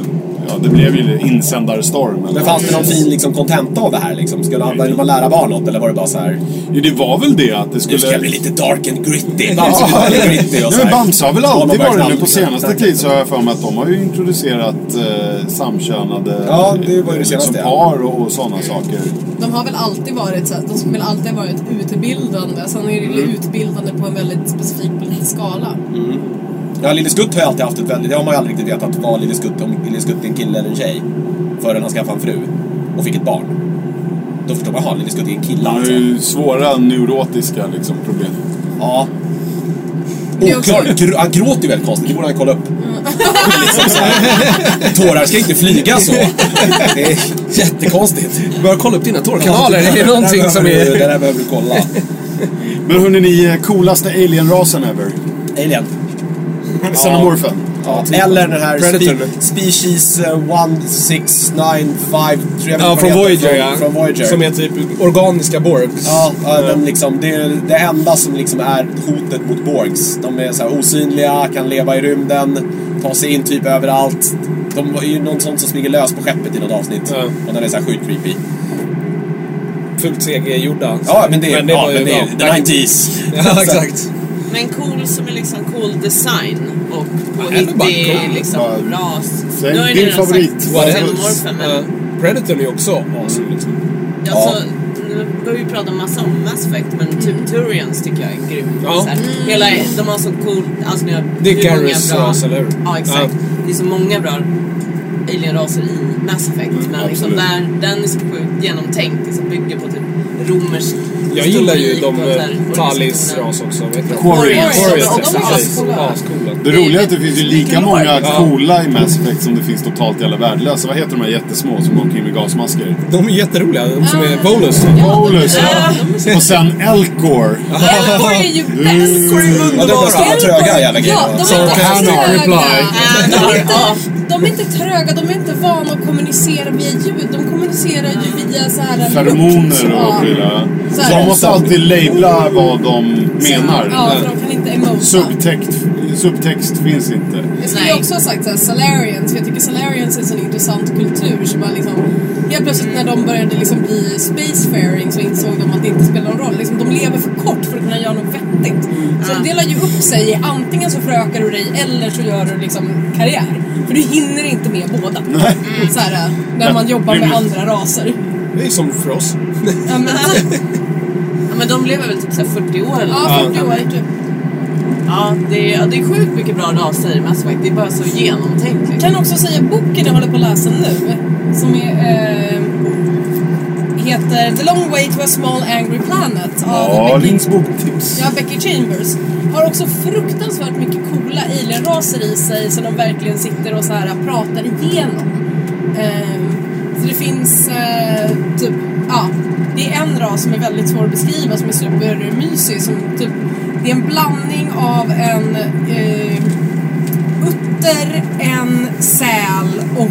ja, det blev ju insändarstorm. Men fanns det någon fin liksom, kontenta av det här liksom? Skulle han börja man lära barn något eller var det bara så här? Jo, det var väl det att det skulle... Nu ska jag bli lite dark and gritty. Bamse blir väldigt gritty och Nej, så men här. Bamse har väl alltid Barnen varit nu. På liksom. senaste tid så har jag för mig att de har ju introducerat eh, samkönade Ja, det var ju det liksom, senaste, ja. par och, och sådana saker. De har väl alltid varit så här, de skulle väl alltid ha varit utbildande. Sen är det Mm. ju utbildande på en väldigt specifik politisk skala. Ja, Lille Skutt har ju alltid haft ett väldigt... Det har man ju aldrig riktigt vetat vad Lille Skutt, om Lille Skutt är en kille eller en tjej. Förrän han skaffade en fru och fick ett barn. Då förstår man, jaha, Lille Skutt är en kille Han har alltså. ju svåra neurotiska liksom, problem. Ja. Det är Oklar, också- gr- han gråter ju väldigt konstigt, det borde han kolla upp. liksom så här. Tårar ska inte flyga så. Det är jättekonstigt. Börja kolla upp dina tårkanaler. Det är någonting som Det där behöver du- är... det där behöver du kolla. Men hörni, ni eh, coolaste alienrasen ever. Alien. Xenomorphen. Ja, eller den här typ. Predator. spe- Species eh, 1695... tror jag Ja, vad den från heter, Voyager, från, ja. från Voyager. Som är typ organiska Borgs. Ja, ja, de liksom, det är det enda som liksom är hotet mot Borgs. De är så här osynliga, kan leva i rymden, ta sig in typ överallt. De är ju någon sån som smyger lös på skeppet i något avsnitt. Ja. Och den är så här sjukt creepy. Fult CG-gjorda. Ja, men det är... Men det ja, var ju men det är bra. The 90s. [laughs] Ja, exakt. Men cool som är liksom cool design och eller bara påhittig cool. liksom Bara- ras. Säg Nu har ju din ni redan favorit. sagt What else? Xenomorphen, men Ja, Predatorn är också awesome liksom. Alltså, nu börjar vi prata massa om Mass Effect, men typ Turians tycker jag är grym. Ja. Så här, Hela, de har så cool... Alltså, ni har, Det är hur många Garrus bra- ras, eller hur? Ja, exakt. Ja. Det är så många bra alienraser i Mass Effect. men liksom absolut. där, den är så sjukt genomtänkt. Liksom bygger på typ romersk Jag gillar ju historik de och så här, Talis organisationen. ras också. Vet du? Quarians. Quarians, Och de är precis. ascoola. Ascoola. Det roliga är att det finns ju lika många Ja. coola i Mass Effect som det finns totalt jävla värdelösa. Vad heter de här jättesmå som går omkring med gasmasker? De är jätteroliga, de som är bonus. Bolus, ja. Och sen Elcor. Elkor är ju bäst! Elcor är Mm. Ja, det är bara stanna tröga jävla Ja, grejer. de So är inte can alls I reply? tröga. De [laughs] är, inte, Ja. de är inte tröga, de är inte vana att kommunicera via ljud. De kommunicerar ju via så här liksom- Feromoner och Ja. prylar. Så Så här- de måste alltid labla vad de menar. Ja, för de kan inte emota. Subtext, subtext finns inte. Jag skulle Nej. ju Alltså, också ha sagt såhär, Salarians, för jag tycker Salarians är en sån intressant kultur. Så bara liksom, helt plötsligt när de började liksom bli spacefaring så insåg de att det inte spelar någon roll. Liksom, de lever för kort för att kunna göra något vettigt. Så de delar ju upp sig i antingen så förökar du dig eller så gör du liksom karriär. För du hinner inte med båda. Så här, när man jobbar med andra raser. Det är som för oss. Ja, men, Ja, men de lever väl typ så här 40 år eller ja, 40 år typ. Ja, det är, ja, det är sjukt mycket bra raser i Mass Effect. Det är bara så genomtänkt. Liksom. kan också säga boken jag håller på att läsa nu som är, eh, heter The Long Way to a Small Angry Planet av Ja, Becky, Links boktips. ja, Becky Chambers. Har också fruktansvärt mycket coola alienraser i sig som de verkligen sitter och så här pratar igenom. Eh, så det finns eh, typ, ja, det är en ras som är väldigt svår att beskriva som är supermysig som typ, det är en blandning av en eh, utter, en säl och...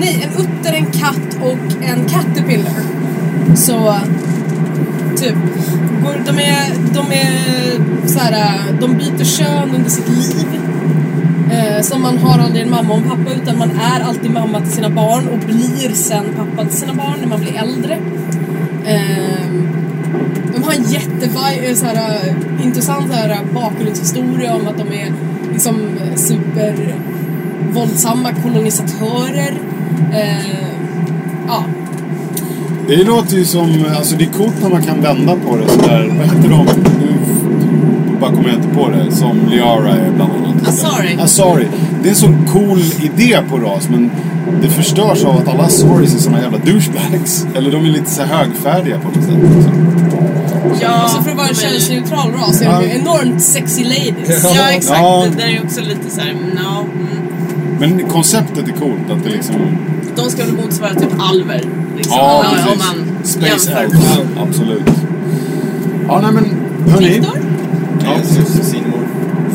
Nej, en utter, en katt och en caterpillar. Så typ, går, de är, de är såhär, de byter kön under sitt liv. Eh, som man har aldrig en mamma och en pappa utan man är alltid mamma till sina barn och blir sen pappa till sina barn när man blir äldre. Ehm, de har en jättevi- eh, så här, eh, intressant så här, bakgrundshistoria om att de är liksom eh, supervåldsamma kolonisatörer. Eh, ja, Det låter ju som, alltså det är coolt när man kan vända på det sådär. Vad heter de? Nu bara kommer jag inte på det. Som Liara är bland annat. Asari. Asari. Det är en sån cool idé på ras men det förstörs av att alla Asaris är såna jävla douchebags. Eller de är lite så här högfärdiga på något sätt. liksom. så Ja, Alltså, för att vara en de är- könsneutral ras är de ju enormt sexy ladies. Ja, exakt. Ja. Det där är också lite så här, no, mm. Men konceptet är coolt att det liksom... De ska väl motsvara typ alver. Liksom. Ja, om precis. man Space jämför. Elves. Absolut. Ja, nej men hörni. Victor? Ja, precis.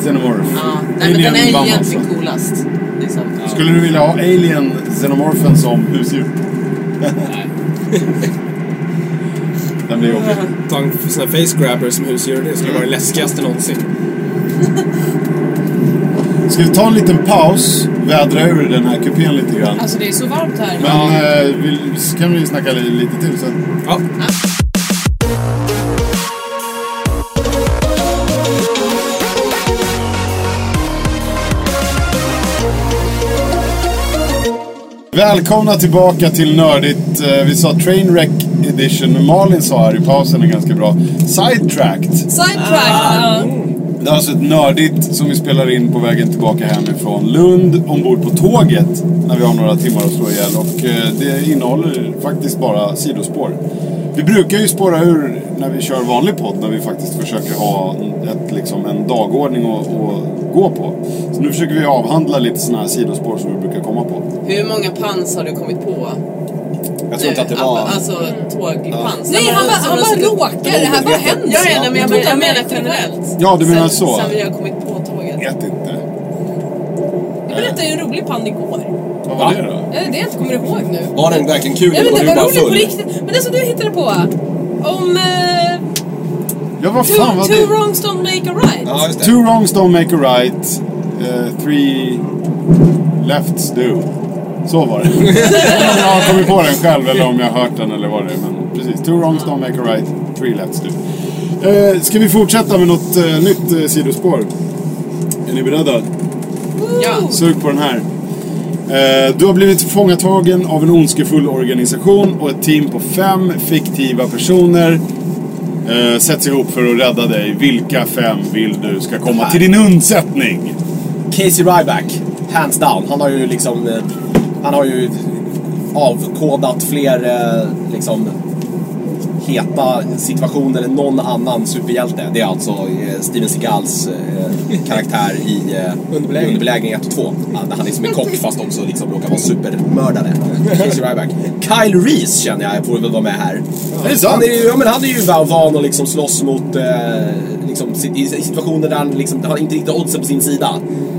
Xenomorph. Ja. Nej, men den Alien-band är ju alltså. egentligen coolast. Liksom. Ja. Skulle du vilja ha Alien Xenomorphen som husdjur? [laughs] Den blir jobbig. Ta en sån här face grabber som husdjur, det skulle vara det läskigaste någonsin. Ska vi ta en liten paus, vädra ur den här kupén lite grann. Alltså det är så varmt här. Men eh, vi, så kan vi snacka li- lite till sen. Ja. Välkomna tillbaka till Nördigt. Eh, Vi sa Trainwreck Edition. Malin sa här i pausen är ganska bra. Sidetracked. Sidetrack! Det är alltså ett nördigt som vi spelar in på vägen tillbaka hemifrån Lund ombord på tåget när vi har några timmar att slå ihjäl och eh, det innehåller faktiskt bara sidospår. Vi brukar ju spåra ur när vi kör vanlig podd när vi faktiskt försöker ha ett, liksom, en dagordning att, att gå på. Så nu försöker vi avhandla lite sådana här sidospår som vi brukar komma på. Hur många pans har du kommit på? Jag tror inte att det var... Alltså tågpans. Nej, han bara, som han de bara suttit- råkar. Det här bara händer. Ja, ja, nej, men jag, men, jag menar generellt. Ja, du menar sen, så. Sen vi har kommit på tåget. Jag vet inte. Jag berättade ju en rolig pann igår. Vad var det då? Det är det jag inte kommer ihåg nu. Var den [laughs] verkligen kul Jag eller vet var inte, du vad bara roligt på full? riktigt. Men det som du hittade på. Om... Eh, Ja, vad two, fan var two det? wrongs don't make a right. Ja, just det. Two wrongs don't make a right. eh, three lefts do. Så var det. Jag vet inte om jag har kommit på den själv eller om jag har hört den eller vad det är. Men precis. Two wrongs don't make a right. Three lefts do. Eh, ska vi fortsätta med något eh, nytt eh, sidospår? Är ni beredda? Ja. Sug på den här. Eh, Du har blivit fångatagen av en ondskefull organisation och ett team på fem fiktiva personer eh, sätts ihop för att rädda dig. Vilka fem vill du ska komma till din undsättning? Casey Ryback, hands down. Han har ju liksom... eh, Han har ju avkodat fler eh, liksom heta situationer än någon annan superhjälte. Det är alltså eh, Steven Seagals eh, karaktär i eh, Underbelägring. Underbelägring 1 och 2. Han, han är som en kock fast också liksom råkar vara supermördare. Casey Ryback. Kyle Reese känner jag får väl vara med här. Är det sant? Han är ju, ja, men han är ju va- van att liksom slåss mot eh, liksom, si- i i situationer där han liksom, han inte riktigt har oddsen på sin sida.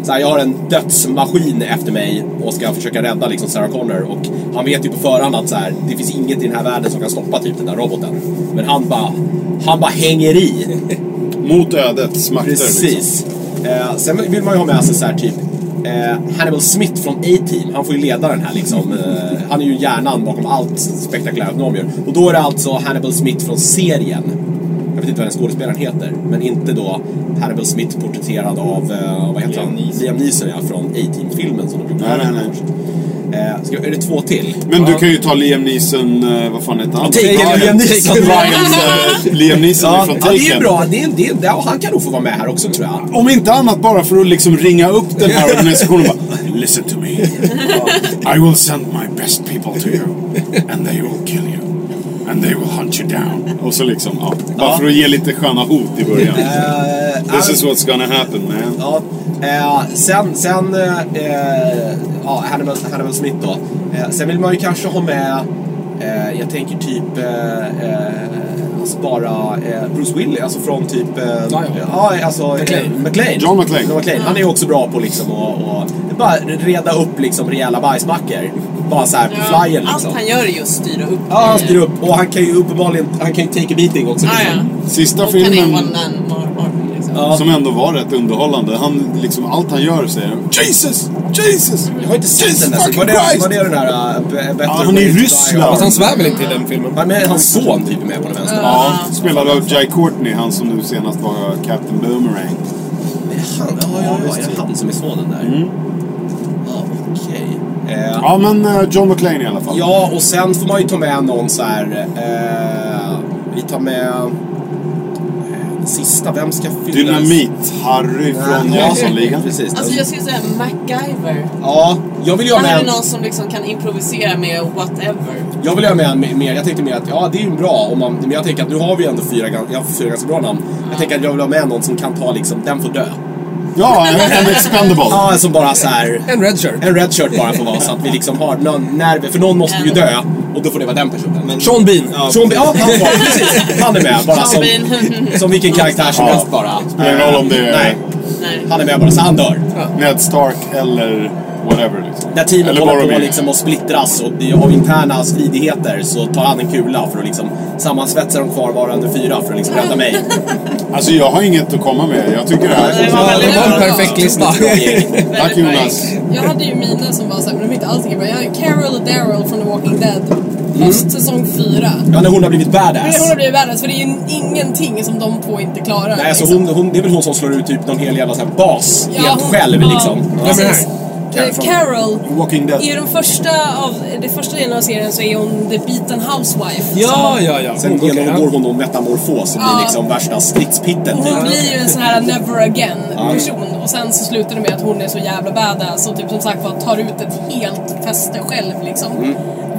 Så här, jag har en dödsmaskin efter mig och ska försöka rädda liksom, Sarah Connor och han vet ju på förhand att så här, det finns inget i den här världen som kan stoppa typ den där roboten. Men han bara, han bara hänger i. Mot ödets makter. Liksom. Precis. Eh, sen vill man ju ha med sig så här typ eh, Hannibal Smith från A-Team. Han får ju leda den här liksom. Eh, han är ju hjärnan bakom allt spektakulärt de gör. Och då är det alltså Hannibal Smith från serien. Jag vet inte vad den skådespelaren heter, men inte då Hannibal Smith porträtterad av, eh, vad heter Liam han? Neeson. Liam Neeson ja, från A-Team-filmen som de gjorde. Nej, nej, nej. Eh, ska, är det två till? Men du kan ju ta Liam Neeson, eh, vad fan heter han? Taken, Ryan. Liam Neeson. Taken Ryans, eh, Liam Neeson Ja, från ja, Taken. det är bra. Det är, det är, ja, han kan nog få vara med här också tror jag. Om inte annat bara för att liksom ringa upp den här organisationen och bara Listen to me. I will send my best people to you. And they will kill you. And they will hunt you down. Och så liksom, ja. Bara för att ge lite sköna hot i början. Eh, This ja, is what's gonna happen man. Ja, eh, sen, sen eh, eh, ja, Hannibal, Hannibal Smith då. Eh, sen vill man ju kanske ha med, eh, jag tänker typ, eh, eh, alltså bara eh, Bruce Willis, alltså från typ, eh, ja. ja, alltså McLean. Eh, McLean. John McClane. John McClane. Han är ju också bra på liksom att och, bara reda upp liksom rejäla bajsmackor. Bara så här på Ja, flyen Allt liksom. han gör är just styra upp Ja, han grejer. styr upp och han kan ju uppenbarligen, han kan ju take a beating också. Ah, ja. Sista Och kan är filmen one man mar- marvel liksom. Ja. som ändå var rätt underhållande. Han, liksom, allt han gör säger Jesus! Jesus! Jag har inte sett den där. så fucking Var det, Christ! var det den där äh, B- Better Ja, han är Way i to Die Ryssland. Hard? Fast han svär väl inte i den filmen? Han är hans son typ är med på den vänster. Ja, spelad av Jai Courtney, han som nu senast var Captain Boomerang. Men han, ja, ja, ja, är det han som är sonen där? Ja, okej. Eh, Ja, men eh, John McClane i alla fall. ja, och sen får man ju ta med någon så här. Eh, vi tar med eh, den sista. Vem ska fylla? Dynamit-Harry från Ja, Jönssonligan. Precis. Alltså jag skulle säga MacGyver. Ja, jag vill ju ha Han är med väl någon som liksom kan improvisera med whatever. Jag vill ha med en mer, jag tänkte mer att ja det är ju bra om man, men jag tänker att nu har vi ändå fyra, gan- jag har fyra ganska bra namn. Jag tänker att jag vill ha med någon som kan ta liksom, den får dö. Ja, en, en expendable. Ja, som bara så här. En red shirt. En red shirt bara får vara så att vi liksom har någon nerv, för någon måste ju dö och då får det vara den personen. Men, Sean Bean. Ja. Sean Bean, ja han [laughs] var precis. Han är med bara som, Bean. som vilken karaktär som Ja. helst bara. Spelar ingen roll om det är- Nej, Nej. han är med bara så han dör. Ned Stark eller whatever liksom. När teamet eller håller på Boromir. liksom att splittras och det- av interna stridigheter så tar han en kula för att liksom sammansvetsa de kvarvarande fyra för att liksom rädda mig. Alltså jag har inget att komma med. Jag tycker det Det här... var väldigt Det var en bra. perfekt lista. Tack [laughs] Jonas. Jag hade ju mina som var såhär, men de är inte alls lika bra. Jag har ju Carol och Daryl från The Walking Dead. Post säsong 4. Ja, när hon har blivit Men hon badass. har blivit världens, för det är ju ingenting som de två inte klarar. Nej, alltså liksom. hon, hon, det är väl hon som slår ut typ någon hel jävla så här bas Ja, helt hon- själv ja, liksom. Vem är det Precis. här? Eh, Carol, Walking Dead. i den första av, det första delen av serien så är hon the beaten housewife. Ja, ja, ja. Sen Okej, genomgår hon någon metamorfos och blir Ja. liksom värsta stridspitten. Och typ. hon blir ju en sån här never again person och sen så slutar det med att hon är så jävla badass och typ som sagt var tar ut ett helt fäste själv liksom.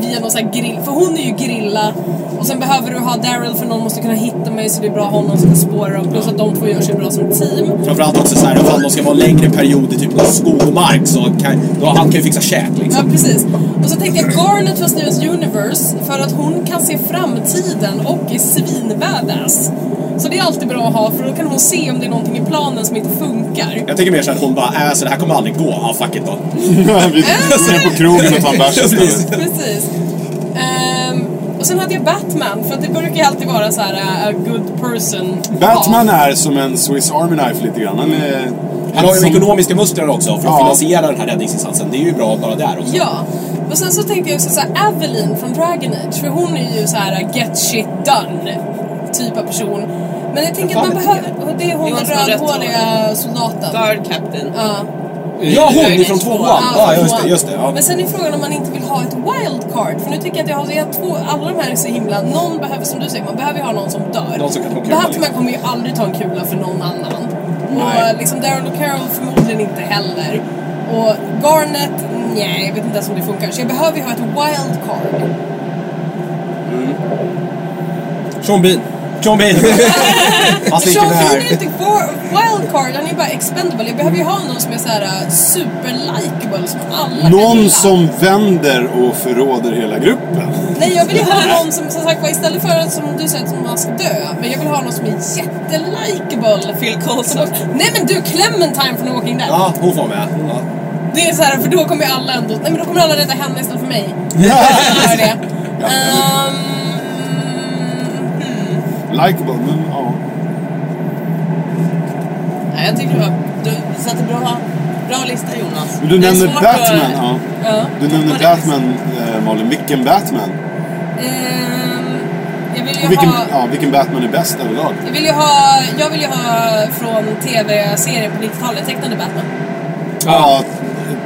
Via någon sån här grill, för hon är ju grilla och sen behöver du ha Daryl för någon måste kunna hitta mig så det är bra att ha någon som kan spåra dem plus att de två gör sig bra som team. Framförallt också såhär, ifall de ska vara en längre period i typ någon skog och mark så kan, då, han kan ju fixa käk Ja liksom. precis. Och så tänkte jag Garnet från Stevens Universe för att hon kan se framtiden och är svinbadass. Så det är alltid bra att ha för då kan hon se om det är någonting i planen som inte funkar. [laughs] Jag tänker mer såhär att hon bara, äh, så det här kommer aldrig gå. Ja, fuck it då. Vi går ner på krogen och tar en bärs istället. Precis. Ehm, och sen hade jag Batman, för att det brukar ju alltid vara så här uh, a good person. Batman Ja. är som en Swiss Army Knife lite grann. Han är... Han har ju de som- ekonomiska musklerna också för att Ja. finansiera den här räddningsinsatsen. Det är ju bra bara där också. Ja. Och sen så tänkte jag också så här Evelyn från Dragon Age, för hon är ju så här uh, get shit done typ av person. Men jag tänker att Vad man fan är behöver, och det är hon Det är den hon som har rätt rödhåriga soldaten. Guard Captain. Ja. Ja, hon i- ifrån tvåan. Ja, just det. Just det ja. Men sen är frågan om man inte vill ha ett wildcard. För nu tycker jag att jag har, jag har två, alla de här är så himla... Någon behöver, som du säger, man behöver ju ha någon som dör. Någon som kan ta kula, Batman liksom. kommer ju aldrig ta en kula för någon annan. Nej. Och liksom Daryl Carroll förmodligen inte heller. Och Garnet, nej, jag vet inte ens om det funkar. Så jag behöver ju ha ett wildcard. Sean Bean. John Bean. Han Men sticker Sean med Bean är ju Alltså, här. inte war- wildcard, han är ju bara expendable. Jag behöver ju ha någon som är såhär uh, superlikable som alla kan Någon gilla. som vänder och förråder hela gruppen. Nej, jag vill ju ha någon som, som sagt var, istället för att som du säger att man ska dö, men jag vill ha någon som är jättelikable. Phil Coulson. Som- Nej men du, Clementine från Walking Dead. Ja, hon får med. Ja. Det är så här, för då kommer ju alla ändå... Nej men då kommer alla rädda henne istället för mig. Ja. det. Ehm, hmm. Likeable, men ja. Nej, jag tycker det var... Du satte bra, bra lista Jonas. Men du Det är nämner svårt Batman. att- Ja. Ja. Du nämner Vad Batman, eh, Malin. Vilken Batman? Ehm, jag vill ju Och vilken, ha... ja, vilken Batman är bäst överlag? Jag vill ju ha, jag vill ju ha från tv-serien på 90-talet, tecknade Batman. Ja,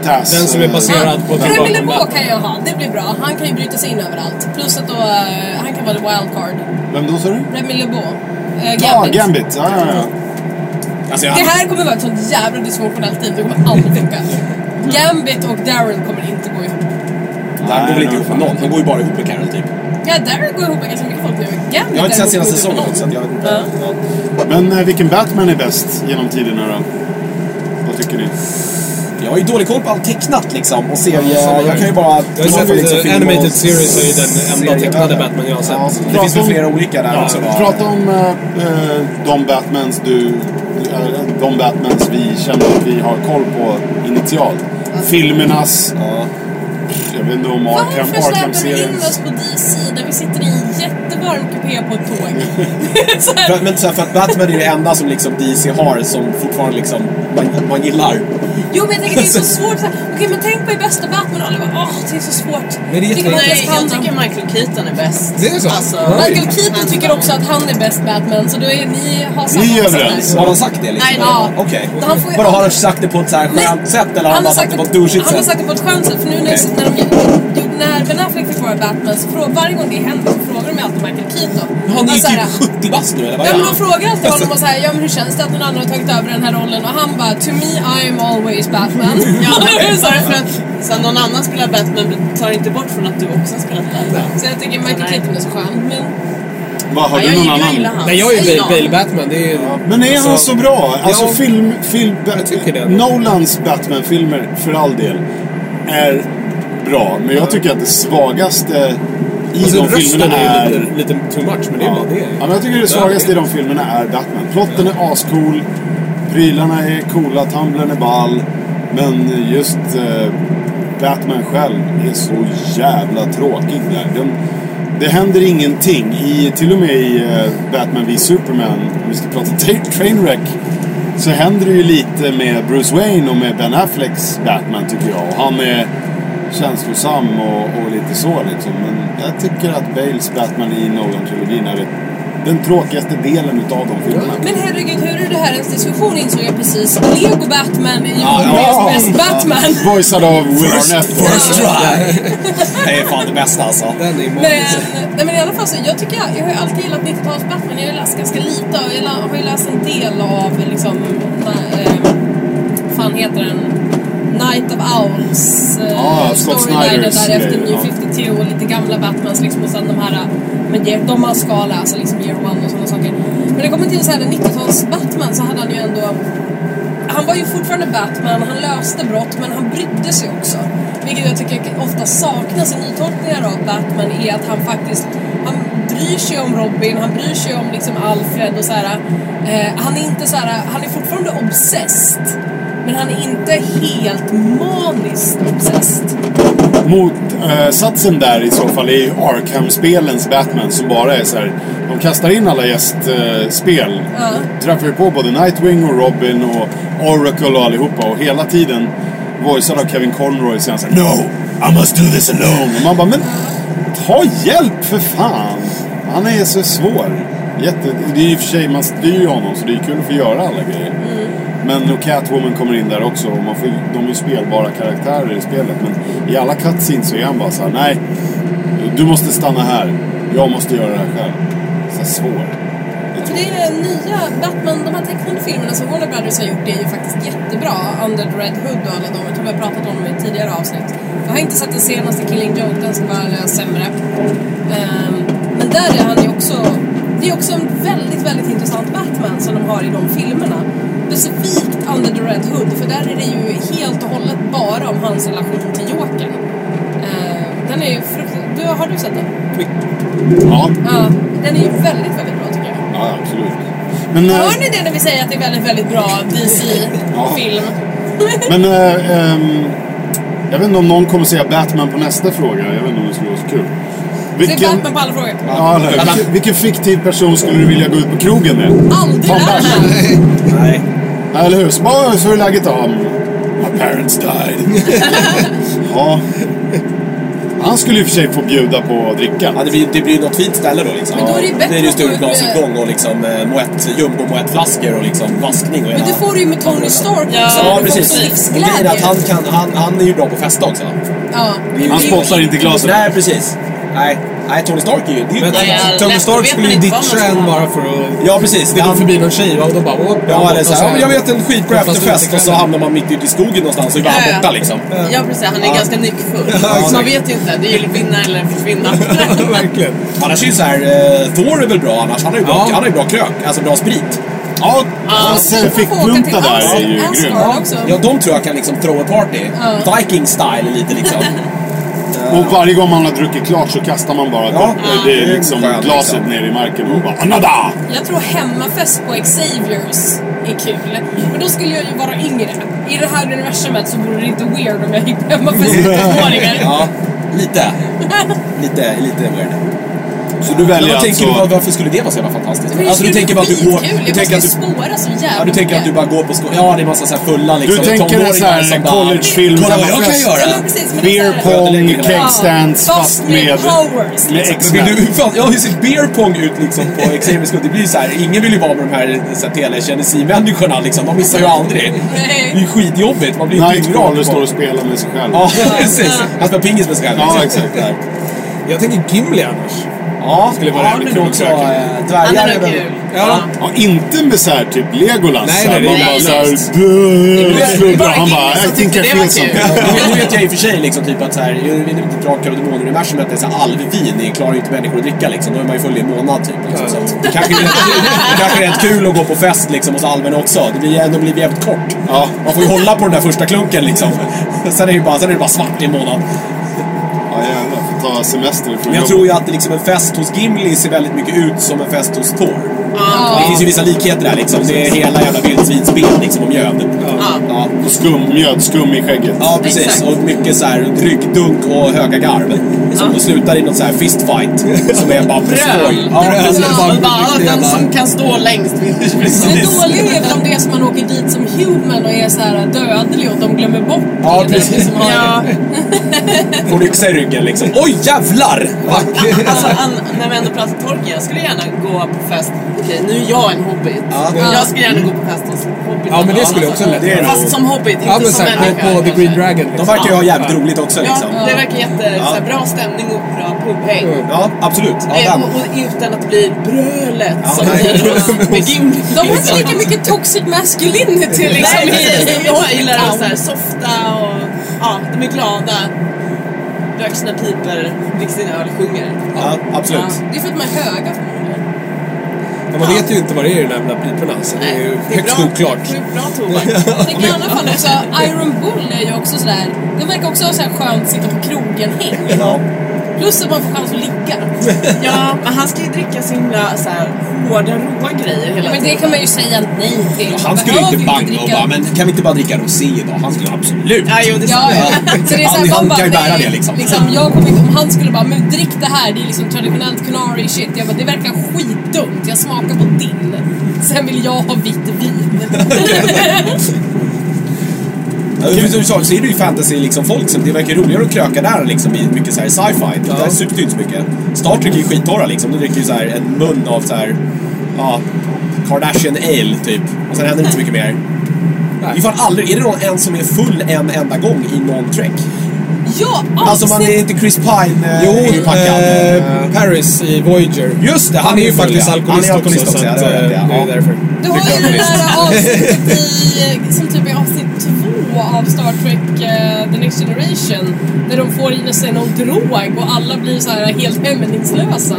Taz. Den som är eh, baserad på- Batman. Batman. Hemile Bo kan jag ha, det blir bra. Han kan ju bryta sig in överallt. Plus att då, eh, han kan vara the wildcard. Vem då sa du? Remy LeBeau. Eh, Ja, Gambit. Gambit. Ja, ja, ja. Alltså, Det jag, här kommer vara ett sånt jävla dysfunktionellt team, det kommer aldrig funka. Gambit och Daryl kommer inte gå ihop. det här går väl inte ihop med någon. De går ju bara ihop med Carol typ. Ja, Daryl går ihop med ganska mycket folk nu. Gambit Jag har inte däremot sett senaste går ihop med säsongen så någon. att jag vet inte. Ja. Men eh, vilken Batman är bäst genom tiderna då? Vad tycker ni? Jag har ju dålig koll på allt tecknat liksom och Ja, samma serier. här. Jag kan ju bara... Jag har kolla på, sett liksom, eh, film och Animated Series är ju den enda serier. tecknade Batman jag har sett. Ja. Det finns väl flera olika där Ja, också va? Prata om eh, eh, de Batmans du... eh, De Batmans vi känner att vi har koll på initialt. Filmernas... Ja. Jag vet inte om Arkham, Varför släpper du in Arkham-serien. oss på DC där vi sitter i en jättevarm kupé på ett tåg? Det är [laughs] så här- Mm. För, att- men så här, för att Batman är det enda som liksom DC har som fortfarande liksom man, man gillar. Jo men jag tänker det [laughs] är så svårt. så här, Okej men tänk på i bästa Batman och alla bara åh det är så svårt. det är Tycker man Nej, just han jag tycker tycker Michael Keaton är bäst. Det är så? Alltså, Ja. Michael Keaton tycker också att han är bäst Batman så då är ni har samma Ni är åsikt där. överens. Har han sagt det liksom? Nej, ja. Okej. Han får ju- Vadå, har han sagt det på ett så här skönt sätt eller har han bara sagt det på ett douchigt Han har sätt? sagt det på ett skönt sätt för nu när, Okej. när, de, gjorde- när Ben Affleck fick vara Batman så frå, varje gång det händer så frågar de ju alltid Michael Keaton. Han är ju Bara så här, typ 70 bast nu eller vad Ja är men de han? frågar alltid honom och så här, ja men hur känns det att någon annan har tagit över den här rollen? Och han bara, to me I am always Batman. [laughs] Ja, men det är så här för att så att någon annan spelar Batman tar inte bort från att du också har spelat Batman. Så jag tycker Michael Nej. Keaton är så skön. Men Vad, har Ja, du jag, någon jag, annan? gillar han. Nej, jag är ju Bale Batman. Det är ju... Men är han Alltså, så bra? Alltså Ja. film... film Jag tycker det. Nolans Batman-filmer, för all del, är bra. Men jag tycker att det svagaste i Alltså, de rösten filmerna är är... ju lite, lite too much, men det är Ja. bara det. ja, men jag tycker det svagaste i de filmerna är Batman. Plotten är ascool, prylarna är coola, tumblern är ball. Men just eh, Batman själv är så jävla tråkig där. Den, det händer ingenting. I, till och med i eh, Batman v Superman, om vi ska prata [laughs] tra- Trainwreck, så händer det ju lite med Bruce Wayne och med Ben Afflecks Batman tycker jag. Och han är känslosam och, och lite så liksom. Men jag tycker att Bales Batman i Nolan-trilogin är det, den tråkigaste delen utav de filmerna. Men herregud, hur är det här ens diskussion insåg jag precis. Lego Batman är ju världens bäst Batman. Voicead av Will Arnett. då. First try! Det är fan det bästa alltså. Den är Men, magisk. nej men i alla fall så, jag tycker jag, jag har ju alltid gillat 90-tals Batman. Jag har ju läst ganska lite och jag la- har ju läst en del av liksom, na- eh, vad fan heter den? Night of Owls eh, Ah, Scott storyline Snyders där efter grejer, New ja. 52 och lite gamla Batmans liksom och sen de här men de, de man ska läsa liksom year one och sådana saker. Men det kommer till så här den 90-tals Batman så hade han ju ändå han var ju fortfarande Batman, han löste brott men han brydde sig också. Vilket jag tycker ofta saknas i nytolkningar av Batman är att han faktiskt han bryr sig om Robin, han bryr sig om liksom Alfred och så här. Eh, han är inte så här, han är fortfarande obsessed. Men han är inte helt maniskt obsessed. Mot eh, satsen där i så fall är ju Arkham-spelens Batman som bara är så här. De kastar in alla gästspel. Eh, spel. Ja. Träffar ju på både Nightwing och Robin och Oracle och allihopa. Och hela tiden voicead av Kevin Conroy så är han så här, No! I must do this alone! Och man bara, men ta hjälp för fan! Han är Mm. så svår. Jätte, det är ju i och för sig, man styr ju honom så det är ju kul att få göra alla grejer. Men och Catwoman kommer in där också. Och man får, ju- de är ju spelbara karaktärer i spelet. Men i alla cutscenes så är han bara så här: nej. Du måste stanna här. Jag måste göra det här själv. Så här svår. För det är nya Batman, de här tecknade filmerna som Warner Brothers har gjort är ju faktiskt jättebra. Under the Red Hood och alla de, jag tror vi har pratat om det i tidigare avsnitt. Jag har inte sett den senaste Killing Joke, den som var eh, sämre. Ehm, men där är han ju också, det är också en väldigt, väldigt intressant Batman som de har i de filmerna. Specifikt Under the Red Hood, för där är det ju helt och hållet bara om hans relation till Jokern. Ehm, den är ju fruktansvärt, du, har du sett den? Ja, Ja. Den är ju väldigt, väldigt bra tycker jag. ja absolut. Men, eh, Hör ni det när vi säger att det är väldigt, väldigt bra DC-film? men eh, ehm, jag vet inte om någon kommer säga Batman på nästa fråga. Jag vet inte om det skulle vara så kul. Det är Batman på alla frågor. Ja, eller hur? vilken, vilken fiktiv person skulle du vilja gå ut på krogen med? Aldrig Tom Bergman. Batman! Nej. Ja, Eller hur? Så bara så är läget av. My parents died. [laughs] ja. Han skulle i och för sig få bjuda på att dricka. Ja, det blir det blir något fint ställe då liksom. Men då är det ju bättre det är ju att gå ut med- sturglasutgång och liksom eh, moët- jumbo-moettflaskor och liksom vaskning och Men det får du ju med Tony Stark också. Ja, Ja, du får också precis. Och grejen är livsglädje. att han, kan, han, han är ju bra på att festa också. Ja. Det är ju- Han spottar inte i glaset. Nej, precis. Nej, Nej Tony Stark är ju... Det är ju Men Nej, jag Tony lätt- Stark vet skulle man ju inte vad ditcha man ska en ha. bara för att... ja, precis. Det går Han- förbi någon tjej va? och de bara... "Åh, Ja, eller så här, och "Ja, men jag vet en skitbra Fast efterfest inte och så kläder. hamnar man mitt ute i skogen någonstans och är Ja, bara ja. borta liksom. Ja precis, han är ganska nyckfull. exakt. Så man vet ju inte, det är ju vinna eller [laughs] försvinna. Verkligen. Annars är ju så här, eh, Thor är väl bra annars. Han har ju bra, Ja. han har ju bra krök, alltså bra sprit. Ja, Ja, hans Du eh, får få åka till fickplunta där är ju Asgard grym. Asgard också. Ja, de tror jag kan liksom throw a party. Ja. Viking style lite liksom. Och varje gång man har druckit klart så kastar man bara Ja. bort eh, det är liksom Skönt, glaset liksom. ner i marken och bara Anada! Jag tror hemmafest på Xaviers är kul. Men då skulle jag ju vara yngre. I det här universumet så vore det inte weird om jag gick på hemmafest med tonåringar. [laughs] Ja, alltså, lite. Lite, lite weird. Så du väljer Jag tänker, alltså... vad- varför skulle det vara så jävla fantastiskt? Men det Alltså du skulle tänker bara bli att du går... skitkul. Du Jag tänker måste att du, spåra så jävla ja, du tänker att du mycket. bara går på skolan. Ja, det är massa så här fulla liksom Du tänker en sån här tonåringar som bara- collegefilm. Kolla vad jag kan Ja, göra! men precis, men det är Beer så här- Ja, pong, det är- keg stands Ja, fast med... powers. Med Men x vill du, hur fan, ja, hur ser beer pong ut liksom på Xavier School? Det blir ju så här, ingen vill ju vara med de här, så här telekinesimänniskorna liksom. De missar ju aldrig. Nej. Det är ju skitjobbigt. Man blir ju Nightcrawler dyngrak på- står och spelar med sig själv. Ja, [laughs] precis. Han spelar pingis med sig själv. Ja, liksom. exakt. Jag tänker Gimli annars. Ja, Skulle vara ja, jävligt men kul då så, att söka. eh, Han Dvärgar är är nog väl... kul. Ja. Ja, inte med så här typ Legolas. Nej, så här, nej, man nej, bara nej, såhär... just. "Böööö", är sluddrar. bara Han bara, killen I som think I tyckte det var feel something. kul. Nu vet jag i och för sig liksom, typ att så här, jag vet inte Drakar och Demoner-universumet, det är så här, alvvin, det klarar ju inte människor att dricka liksom. Då är man ju full i en månad typ. Liksom. Så att, det, kanske är, det kanske är rätt kul att gå på fest liksom hos alven också. Det blir ändå blir jävligt kort. Ja. Man får ju hålla på den där första klunken liksom. Sen är det ju bara, sen är det bara svart i en månad. Ja, jävlar. Får ta semester från Men jag tror ju att liksom, en fest hos Gimli ser väldigt mycket ut som en fest hos Thor. Det finns ju vissa likheter där liksom. Det är hela jävla vildsvinsben liksom om mjöd. Ja. Och skum, mjödskum i skägget. Ja, precis. Exakt. Och mycket så här ryggdunk och höga garv. Som slutar i något så här [laughs] fistfight. Som är bara på skoj. Bröl. Ja, bröl. Alltså, bara Och bara, riktigt Den jävla- som kan stå längst vinner. Det dåliga är väl om det är som man åker dit som human och är så här dödlig och de glömmer bort Ja, det. precis. Som har- Ja, Får yxa i ryggen liksom. Oj, jävlar! alltså, an, när vi ändå pratar Tolkien, jag skulle gärna gå på fest. Okej, nu är jag en hobbit. Ja. Jag skulle gärna gå på fest hos hobbit. Ja, men det skulle jag också lätt göra. Fast som hobbit, inte Ja men som såhär, människa. på, på The kanske. Green Dragon. De verkar ju ha jävligt Ja. roligt också Ja, liksom. det verkar jätte, Ja. så här, bra stämning och bra pubhäng. Ja, absolut. Ja, Eh, den. och, och utan att det blir brölet som [laughs] nej. [laughs] blir hos- med Gimli. De har inte lika mycket toxic masculinity liksom. Nej, precis. i- Jag bara gillar det så här softa och ja, de är glada. Röker sina pipor, dricker sin öl, sjunger. Ja, absolut. Det är för att man är höga. Men man vet ju inte vad det är i de där jävla piporna så det är ju Det är högst bra- oklart. det är Bra tobak. [laughs] Jag tänker i alla fall också, Iron Bull är ju också sådär, den verkar också ha så här skönt att sitta på krogen-häng. Ja. Plus att man får chans att ligga. Ja, men han ska ju dricka så himla så här, hårda, råa grejer hela Men det kan man ju säga nej till. Man Han skulle ju behöver inte banga och dricka- bara, men kan vi inte bara dricka rosé idag? Han skulle absolut. Ja, jo, det Ja, ja, ja. Så det är så här, Han- man han bara, kan ju bära nej, det, liksom. jag kommer inte, om han skulle bara, men drick det här, det är liksom traditionellt Canary shit. Jag bara, det verkar skitdumt, jag smakar på din. Sen vill jag ha vitt [laughs] vin. Ja, Som du sa så är det ju fantasy liksom folk som det verkar roligare att kröka där liksom i mycket så här sci-fi. Där sups det inte så mycket. Star Trek är ju skittorra liksom. De dricker ju så här en mun av så här, ja, Kardashian Ale typ. Och sen händer inte så mycket mer. Det är fan aldrig, är det någon en som är full en enda gång i någon Trek? Ja, Alltså man är avsnitt- inte Chris Pine eh, Jo, är ju packad. eh, Paris i Voyager. Just det, Han är ju faktiskt full, ja. alkoholist, Han är alkoholist också, också, ja, så att, det eh, vet jag, det är ja. därför. Du har ju det där avsnittet i, som typ är avsnitt två av Star Trek eh, The Next Generation. Där de får i sig någon drog och alla blir så här helt hämningslösa.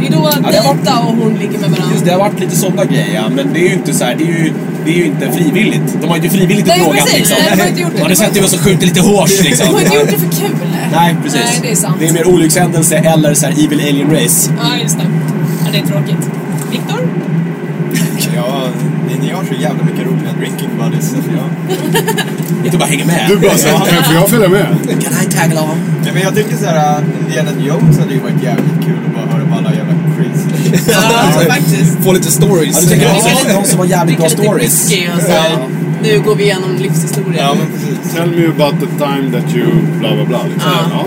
Det är då det var- Data och hon ligger med varandra. Just det, det har varit lite sådana grejer ja. Men det är ju inte så här, det är ju, det är ju inte frivilligt. De har ju inte frivilligt Nej, frågat precis. liksom. Nej, de har inte gjort det. Har ni sett hur jag så skjuter lite [laughs] hårt liksom? De har inte gjort det för kul. Nej, precis. Nej, det är sant. Det är mer olyckshändelse eller så här evil alien race. Ja, just det. Ja, det är tråkigt. Viktor? Ja, ni har så jävla mycket roliga drinking buddies. så att jag- Inte bara hänga med. Du bara, så här, kan- får jag följa med? Can I tag along? Nej, men jag tycker såhär, Indiana Jones hade ju varit jävligt kul att bara höra om alla jävla crazy [laughs] Ja, faktiskt. Få lite stories. Ja, du tänker Ja. också de som har jävligt bra Dricka lite stories. whisky och så här. Nu går vi igenom livshistorien. Ja, men precis. Tell me about the time that you bla bla bla. Liksom. Ja. Ja.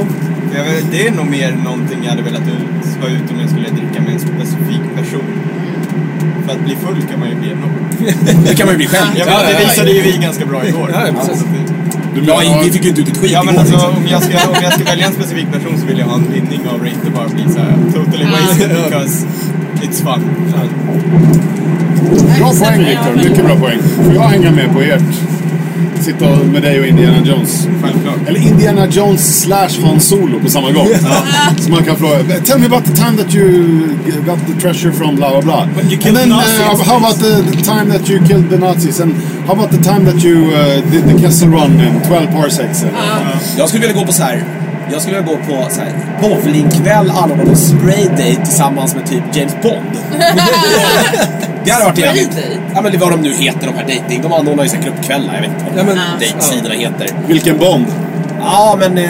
Jag vet, det är nog mer någonting jag hade velat ut, vara ute om jag skulle dricka med en specifik person. Mm. För att bli full kan man ju bli enorm. Det kan man ju bli själv. Jag menar, det visade ju vi ganska bra igår. Alltså, Ja, precis. Du Ja, i- menar, vi fick ju inte ut ett skit Ja men igår, alltså liksom. om jag, ska, om jag ska välja en specifik person så vill jag ha en vinning av det, inte bara bli såhär totally Ja. wasted because it's fun. bra poäng Victor, mycket bra poäng. Får jag hänga med på ert? Sitta och- med dig och Indiana Jones. Självklart. Eller Indiana Jones slash Han Solo på samma gång. Så man kan fråga, tell me about the time that you got the treasure from bla bla bla. But you And killed then Nazis. uh, how about the, the time that you killed the Nazis? And how about the time that you uh, did the Kessel Run in 12 parsecs? Eller? Jag skulle vilja gå på så här. Jag skulle vilja gå på så här, bowlingkväll anordnad av Spray Day tillsammans med typ James Bond. det hade varit Spray jävligt. Date? Ja men det var de nu heter de här dating. De anordnar ju så här klubbkvällar. Jag vet inte vad Ja, men- dejtsidorna heter. Vilken Bond? Ja men... Eh,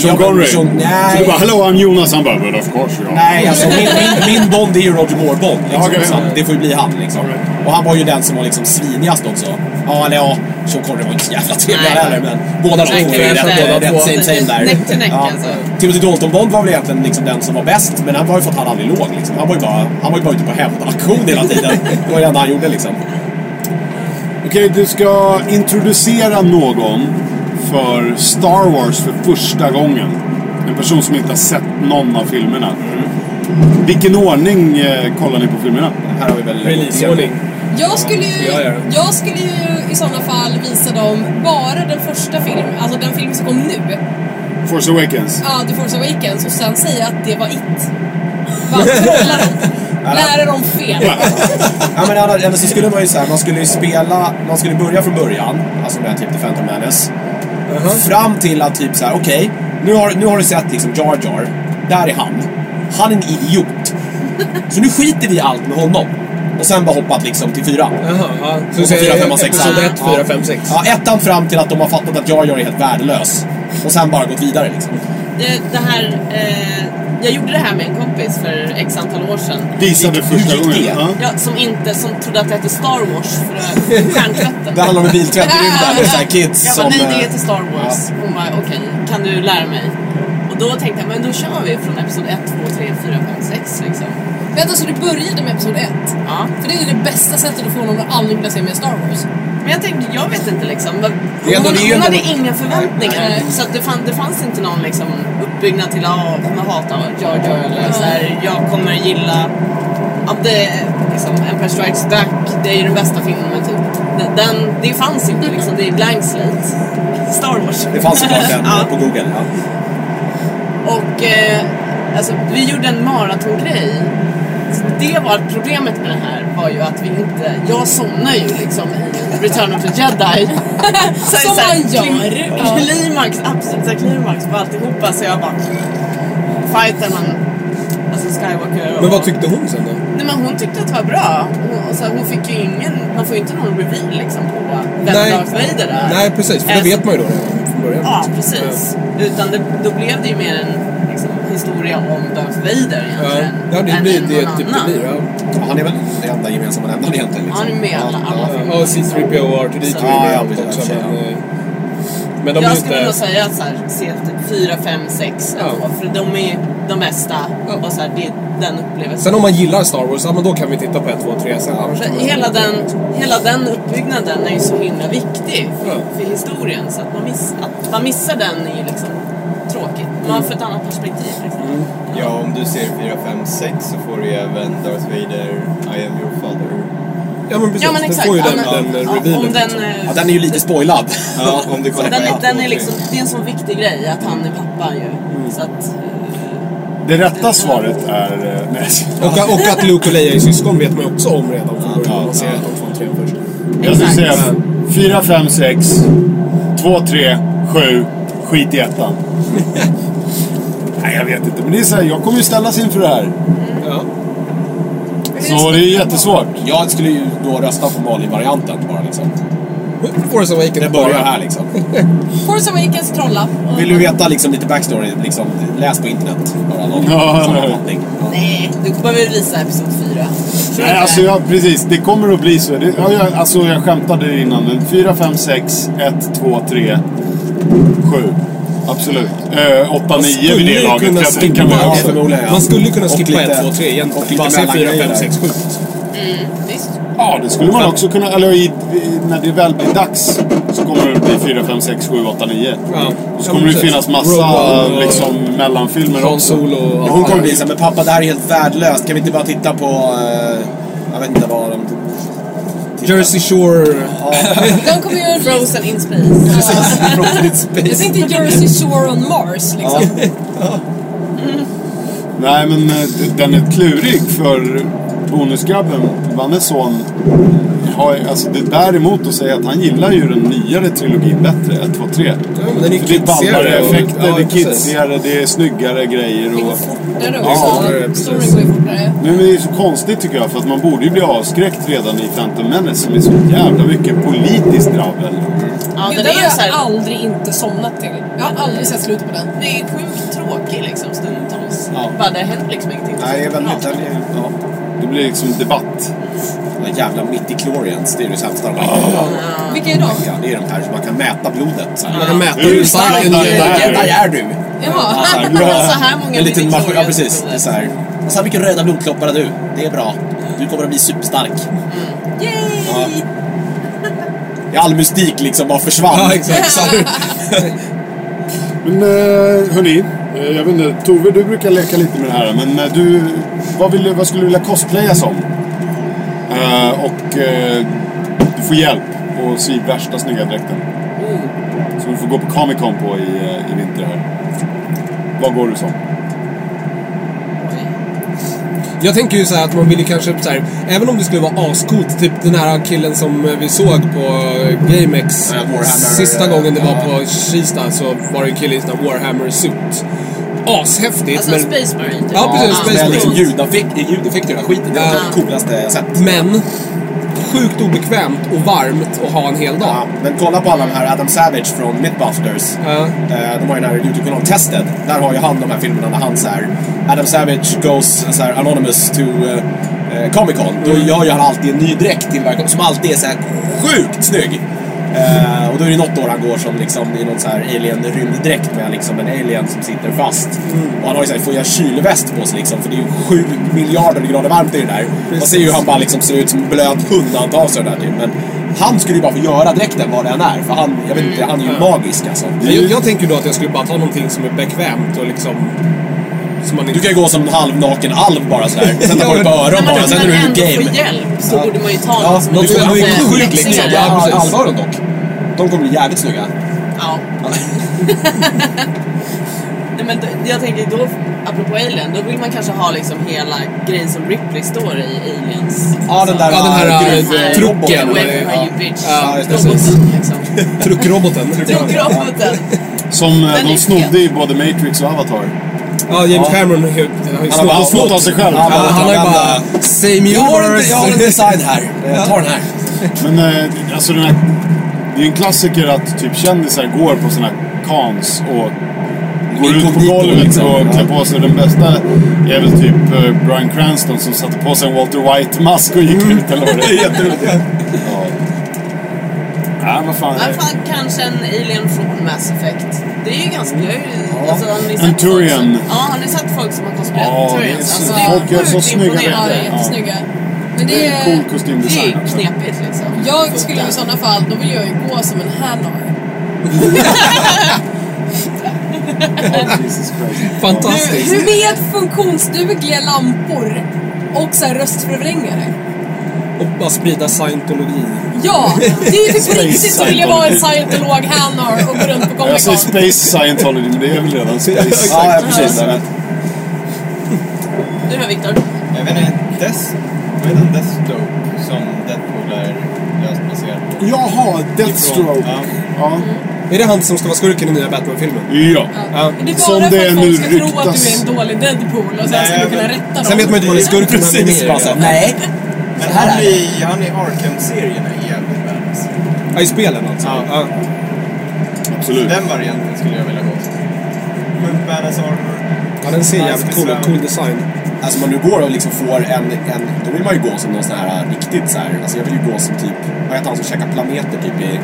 Sean Connery? Sean, Så du nej. bara, hello I'm Jonas. Han bara, but of course you are. Nej, alltså min, min, min Bond är ju Roger Moore-Bond. Liksom, Ja, okej. så att det får ju bli han liksom. Och han var ju den som var liksom svinigast också. Ja, eller ja, Sean Connery var inte så jävla trevlig Nej. heller men båda de Nej, två det är är rätt, inte- båda rätt same same där. Näck till näck, alltså. Timothy Dalton-Bond var väl egentligen liksom den som var bäst men han var ju för att han aldrig låg liksom. Han var ju bara, han var ju bara ute på hämndaktion hela tiden. Det var det enda han gjorde liksom. Okej, du ska introducera någon för Star Wars för första gången. En person som inte har sett någon av filmerna. Vilken ordning eh, kollar ni på filmerna? Här har vi väl... Releaseordning. Jag skulle, ju, Ja, ja, ja. jag skulle ju i sådana fall visa dem bara den första filmen, alltså den film som kom nu. Force Awakens. Ja, The Force Awakens och sen säga att det var it. Bara trolla dem. Lära dem fel. Ja men annars, eller så skulle man ju säga man skulle ju spela, man skulle börja från början, alltså med typ The Phantom Menace. Mm. Fram till att typ så här: okej, nu, har, nu har du sett liksom Jar Jar, där är han. Han är en idiot. Så nu skiter vi i allt med honom. Och sen bara hoppat liksom till fyran. Jaha, ja. Så du fyra, säger femma, sexa. episod 1, 4, 5, 6. Ja, ettan fram till att de har fattat att Jar Jar är helt värdelös. Och sen bara gått vidare liksom. Det, det här, eh, jag gjorde det här med en kompis för x antal år sedan. Visade första hur gick gången. det? Ja. Ja, som, inte, som trodde att det hette Star Wars för [laughs] stjärntvätten. Det handlar om en biltvätt i rymden med såhär kids Jag bara, som... nej det eh, heter Star Wars. Hon bara, okej, kan du lära mig? Och då tänkte jag, men då kör vi från episod 1, 2, 3, 4, 5, 6 liksom. Vänta, så du började med Episod 1? Ja. För det är det bästa sättet att få någon att aldrig vilja se mer Star Wars. Men jag tänkte, jag vet inte liksom. vad- Det är Hon, ändå- det är ju hon ändå- hade inga förväntningar. Nej. Så att det, fann, det fanns inte någon liksom, uppbyggnad till att man hatar George eller så här, jag kommer gilla att det, liksom, Empire Strikes Back, det är ju den bästa filmen typ. Den, den, det fanns inte liksom, det är blank slate. Star Wars. Det fanns [laughs] såklart en Ja. på google. Ja. Och eh, alltså, vi gjorde en maratongrej. Så Det var problemet med det här var ju att vi inte, jag somnade ju liksom i Return of the Jedi. Så här- Som så här, man gör. klim- Ja. Klimax, absoluta klimax på alltihopa så jag bara fightar man alltså Skywalker och... Men vad tyckte hon sen då? Nej men hon tyckte att det var bra. Hon, så här, hon fick ju ingen, man får ju inte någon reveal liksom på vem Nej. Darth Vader är. Nej, precis. För det Eh, vet man ju då redan från början. Ja, precis. Utan det, då blev det ju mer en liksom, historia om Darth Vader Ja, egentligen. ja det än blir någon det typ det blir. Ja, Ja, Han är väl den enda gemensamma nämnaren egentligen. Ja, Liksom. han är med i alla, alla Ja, filmer. och C3PO och R2D2 Ja, ja, också. precis. Men, eh, Men de är jag ju skulle inte... nog säga att så här, se typ 4, 5, 6 ändå. Ja. För de är ju de bästa. Och så här, det är den upplevelsen. Sen om man gillar Star Wars, ja men då kan vi titta på 1, 2, 3 sen. Annars För kan man- hela, den, hela den uppbyggnaden är ju så himla viktig för, Ja. för historien. Så att man, miss, att man missar den är ju liksom tråkigt. Mm. Man får ett annat perspektiv. Liksom. Ja, om du ser 4, 5, 6 så får du ju även Darth Vader, I am your father. Ja men precis, Ja men den exakt. får ju ja, den, men- den eh, ja, revealen. om den, eh, Ja, den är ju lite spoilad. Ja, om du kollar den, på ett, är, den två, är tre. liksom, det är en sån viktig grej att han är pappa ju. Mm. Så att, eh, Det rätta svaret är... eh, Nej, Och, och att Luke och Leia är syskon vet man ju också om redan från början. Man ser att de får tre först. jag skulle Exakt. säga 4, 5, 6, 2, 3, 7, skit i ettan. Nej, jag vet inte. Men det är så här, jag kommer ju ställas inför det här. Ja. Så det är ju jättesvårt. Jag skulle ju då rösta på Mali-varianten bara liksom. Force Awakens Den börjar här liksom. Force Awakens trolla. Vill du veta liksom lite backstory, liksom, läs på internet. Bara någon Ja, sammanfattning. Ja. nej, eh, du behöver visa episod 4. Nej, alltså jag, precis. Det kommer att bli så. Det, ja, jag, alltså jag skämtade innan. Men 4, 5, 6, 1, 2, 3, 7. Absolut. Eh, 8, 9 vid det laget. kunna Jag tänker skippa, mig Ja, också. förmodligen, ja. man skulle kunna Och skippa lite- 1, 2, 3 egentligen. och lite Bara säga 4, 5, mellangrejer. 6, 7. Visst. Ja, det skulle man också kunna... Eller i, i, när det väl blir dags så kommer det bli 4, 5, 6, 7, 8, 9. Ja. Så kommer det ju precis. finnas massa Rogue One och- liksom, mellanfilmer Han också. Solo och... Ja, hon Hon kommer kommer visa, men pappa det här är helt värdelöst. Kan vi inte bara titta på... eh, jag vet inte vad de... Jersey Shore. De kommer göra en... Frozen in space. Jag tänkte Jersey Shore on Mars liksom. Nej, men eh, d- den är klurig för Bonusgrabben, Vannes son, har, alltså det bär emot att säga att han gillar ju den nyare trilogin bättre, 1, 2, 3. Ja, men den är För det är ballare kidsigare och- effekter, ja, det är precis. kidsigare, det är snyggare grejer Det går och... fortare Ja, också. precis. Storyn går ju fortare. Nu är det ju så konstigt tycker jag, för att man borde ju bli avskräckt redan i Phantom Menace som är så jävla mycket politiskt dravel. Ja, Gud, den den har är jag så här, aldrig inte somnat till. Jag har aldrig sett slutet på den. det är sjukt tråkig liksom stundtals. Ja. Bara, det händer liksom ingenting. Nej, jag vet inte. den är- Ja. Det blir liksom debatt. Den jävla mittichlorians, det är det sämsta de har Vilka är de? Ja, det är de här som man kan mäta blodet. Så här. Man kan mäta Hur hur stark stark en är Hur den? är. jävla är du? Jaha. så [laughs] här, Så här många en liten maskin, ja Victorias precis. Det är så här. Och så här mycket röda blodkroppar har du. Det är bra. Du kommer att bli superstark. Mm. Yay! Ja, All mystik liksom bara försvann. Ja, [laughs] exakt. Så här. Men eh, hörni, eh, jag vet inte, Tove du brukar leka lite med det här men eh, du, vad, vill, du- vad skulle du vilja cosplaya som? Eh, och eh, du får hjälp att sy värsta snygga dräkten. Som du får gå på Comic Con på i, eh, i vinter här. Vad går du som? Jag tänker ju så här att man vill ju kanske så här, även om det skulle vara ascoolt, typ den här killen som vi såg på eh, GameX Ja, Warhammer, sista eh, gången det var ja. på Kista så var det en kille i sån här Warhammer-suit. Ashäftigt Alltså men... Space Marine typ. Ja, precis, Space Det är Marine. liksom ljudeffekter, ljudeffekter och skiten. Det är Ja. det coolaste jag sett. Men sjukt obekvämt och varmt att ha en hel dag. Ja, men kolla på alla de här Adam Savage från Mythbusters. Ja. Eh, De har ju den här YouTube-kanalen Tested. Där har ju han de här filmerna när han så här, Adam Savage goes så här, anonymous to eh, eh, Comic Con. Då Mm. gör ju han alltid en ny dräkt tillverkad som alltid är så här sjukt snygg. Eh, och då är det något år han går som liksom i någon så här alien rymddräkt med liksom en alien som sitter fast. Mm. Och han har ju såhär, får göra kylväst på sig liksom för det är ju sju miljarder grader varmt i det där. Man ser ju hur han bara liksom ser ut som en blöt hund när han tar sig den där typ. Men han skulle ju bara få göra dräkten vad den är. För han, jag vet inte, han är ju magisk alltså. Men Jag, jag tänker då att jag skulle bara ta någonting som är bekvämt och liksom... Som man Du inte... kan ju gå som en halvnaken alv bara sådär. Sen Ja, får du men- på öron Men bara, om sen är du man ur ändå game. får hjälp så Ja. borde man ju ta Ja, något som de är skulle lite ha en sjuk läxigare. liksom. Ja, Ja, precis. allvaron dock. De kommer bli jävligt snygga. Ja. [laughs] Nej, men då- jag tänker då, apropå Alien, då vill man kanske ha liksom hela grejen som Ripley står i Aliens. Alltså, Ja, den där, Ja, den här, eh, eh, gruv- trucken. roboten. Where ja. are you bitch? Ja, just det, precis. Roboten [laughs] liksom. Truckroboten. Roboten. Som eh, Den är de snodde i både Matrix och Avatar. Ja, James Cameron har ju har bara snott- Snott av sig själv. Ja, Ja, men han har ju använda- bara... Same Jag har, en, jag har en universe. design här. Jag tar den här. Men eh, alltså den här, det är ju en klassiker att typ kändisar går på såna här cons och går ut på Inkognito, golvet liksom. och klär Ja. på sig. Den bästa är väl typ eh, Bryan Cranston som satte Mm. [laughs] på sig en Walter White-mask och gick ut eller vad det är. Jätteroligt. Ja. Ja, vad fan. I alla fall kanske en alien från Mass Effect. Det är ju ganska... Jag är ju, alltså, har ni En sett folk Turian. som- Ja, har ni sett folk som har konspirerat Ja, det är Turians? så- Alltså, folk gör så sjukt snygga imponerande. Ja, det bilder. är jättesnygga. Men Det det är en cool är... Det är ju kostymdesign alltså. också. knepigt liksom. Jag skulle i sådana fall, då vill jag ju gå som en hanar. Ja, Jesus Christ. Fantastiskt. [laughs] Med funktionsdugliga lampor och så här röstförvrängare. Och bara sprida scientologi. Ja, det [laughs] är ju typ på riktigt så vill jag vara en Space scientolog hanar och gå runt på [laughs] Jag Comic säger Con. Space Scientology, men det är väl redan Space. Ja, ja, precis. Du då Viktor? Jag vet inte, Death... Vad heter den? Deathstroke som Deadpool är löst baserad på. Jaha, Deathstroke. Ja. Ja. Är det han som ska vara skurken i nya Batman-filmen? ja. Ja. Men Det är bara Som för det att folk nu ska tro att du är ryktas. en dålig Deadpool och sen ska Nej, du kunna men- rätta dem. Sen vet man ju inte vad det är skurken han är med Precis, i. bara så Ja. Nej. Men här han är det. i, han i Arkham-serien är jävligt badass. Ja, i spelen alltså. Ja. Ja. Absolut. Den varianten skulle jag vilja gå. Sjukt badass armor. Ja, den ser jävligt cool ut. Cool design. Alltså man nu går och liksom får en, en... Då vill man ju gå som någon sån här äh, riktigt så här... Alltså jag vill ju gå som typ... Vad heter han som käkar planeter typ i...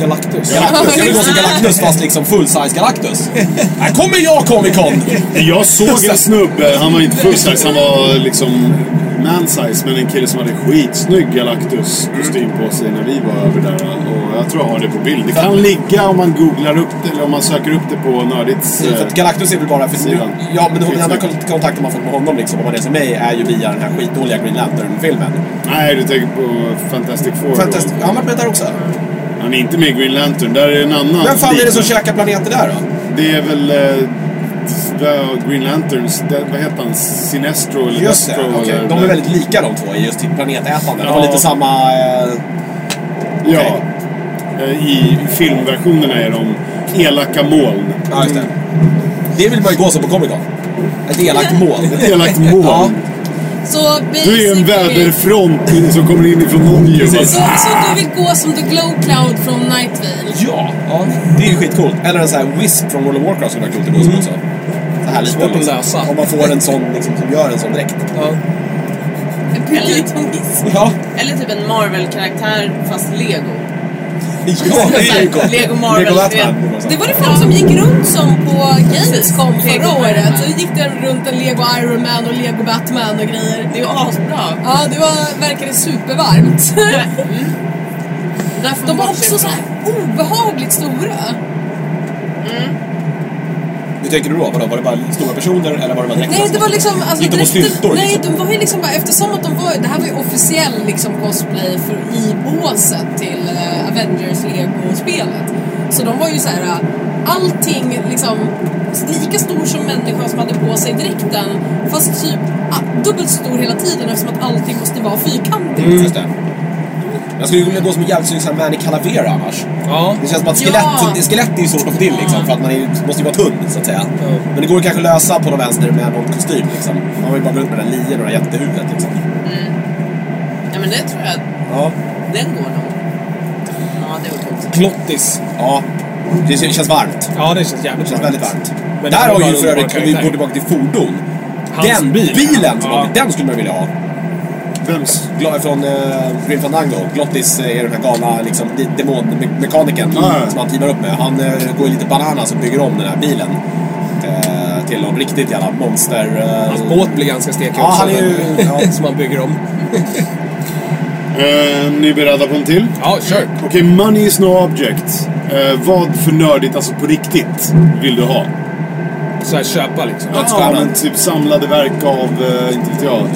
Galactus. Galactus. Jag vill gå som Galactus fast liksom full-size Galactus. Här kommer jag Comic Con! Jag såg en snubbe, han var inte full size, han var liksom man-size. Men en kille som hade skitsnygg Galactus-kostym på sig när vi var över där. Och jag tror jag har det på bild. Det kan ligga om man googlar upp det eller om man söker upp det på Nördits... För att eh, Galactus är väl bara... För nu, Sidan. ja, men den enda kon- kontakten man fått med honom liksom, om man är som mig, är ju via den här skitdåliga Green Lantern-filmen. Nej, du tänker på Fantastic Four. då. Fantastiskt. Han var med där också. Han är inte med i Green Lantern. Där är en annan. Vem fan är det som liten. käkar planeter där då? Det är väl... eh, det- Green Lanterns, det, vad heter han? Sinestro eller Just det, Destro okej. eller- De är väldigt lika de två i just till planetätande. De har Ja. lite samma... Eh, Ja. Eh, I filmversionerna är de elaka moln. ja, just det. Mm. Det vill man ju gå som på Comic Con. Ett elakt [laughs] moln. Ett elakt moln. Ja. Så Du är en basically... väderfront som kommer in ifrån Norge. och Så, bara- så du vill gå som The Glow Cloud från Night [laughs] Vale? Ja, ja, det är ju skitcoolt. Eller en sån här Wisp från World of Warcraft skulle vara coolt att gå som också. Så här Svårt liten att läsa. Om man får en sån liksom, som gör en sån dräkt. Ja. Pytonisk. [laughs] Ja, Eller typ en Marvel-karaktär fast lego. ja det [laughs] är ju gott. Lego Marvel, Lego Batman. du Det var det folk som gick runt som på Gamescom Lego förra året. Batman. Så gick det runt en Lego Iron Man och Lego Batman och grejer. Det är ju asbra. Ja, det var, verkade supervarmt. Där får De man var bortse också så här obehagligt stora. Hur tänker du då? Vadå, var det bara stora personer eller var det bara dräkter? Nej, det var liksom... Alltså, Gick de på dräkten- styltor? Nej, liksom? de var ju liksom bara... Eftersom att de var... Det här var ju officiell liksom, cosplay för, i båset till eh, Avengers Lego-spelet. Så de var ju så här... eh, Allting liksom... Lika stor som människan som hade på sig dräkten. Fast typ ah, dubbelt så stor hela tiden eftersom att allting måste vara fyrkantigt. liksom. Just det. Jag skulle ju vilja gå som en jävligt snygg sån här Manny Calavera annars. Ja. Det känns som att skelett, Ja. det, skelett är ju svårt att få till liksom, för att man är, måste ju vara tunn så att säga. Ja. Men det går ju kanske att lösa på någon vänster med någon kostym liksom. Man har ju bara gå runt med den där lien och det här jättehuvudet liksom. Ja men det tror jag, Ja. den går nog. Ja det var coolt. Plottis. Ja. Det känns, känns varmt. Ja, det känns jävligt Det känns väldigt varmt. där Men det har var ju en för övrigt, underbar om vi karaktär. går tillbaka till fordon. Hans den bil. bilen Ja. tillbaka, den skulle man vilja ha. Vems? Gla- Från eh, Grim Fandango. Glottis eh, är den här galna liksom, de- demonmekanikern Ja, ja. som han teamar upp med. Han eh, går ju lite bananas och bygger om den här bilen. Eh, till någon riktigt jävla monster... Eh, Hans båt blir ganska stekig Ja, också. han är ju- men- ja. [laughs] som han bygger om. Eh, ni är beredda på en till? Ja, kör. Okej, money is no object. Eh, vad för nördigt, alltså på riktigt, vill du ha? Så här köpa liksom. Ja, men typ samlade verk av, eh, inte vet jag.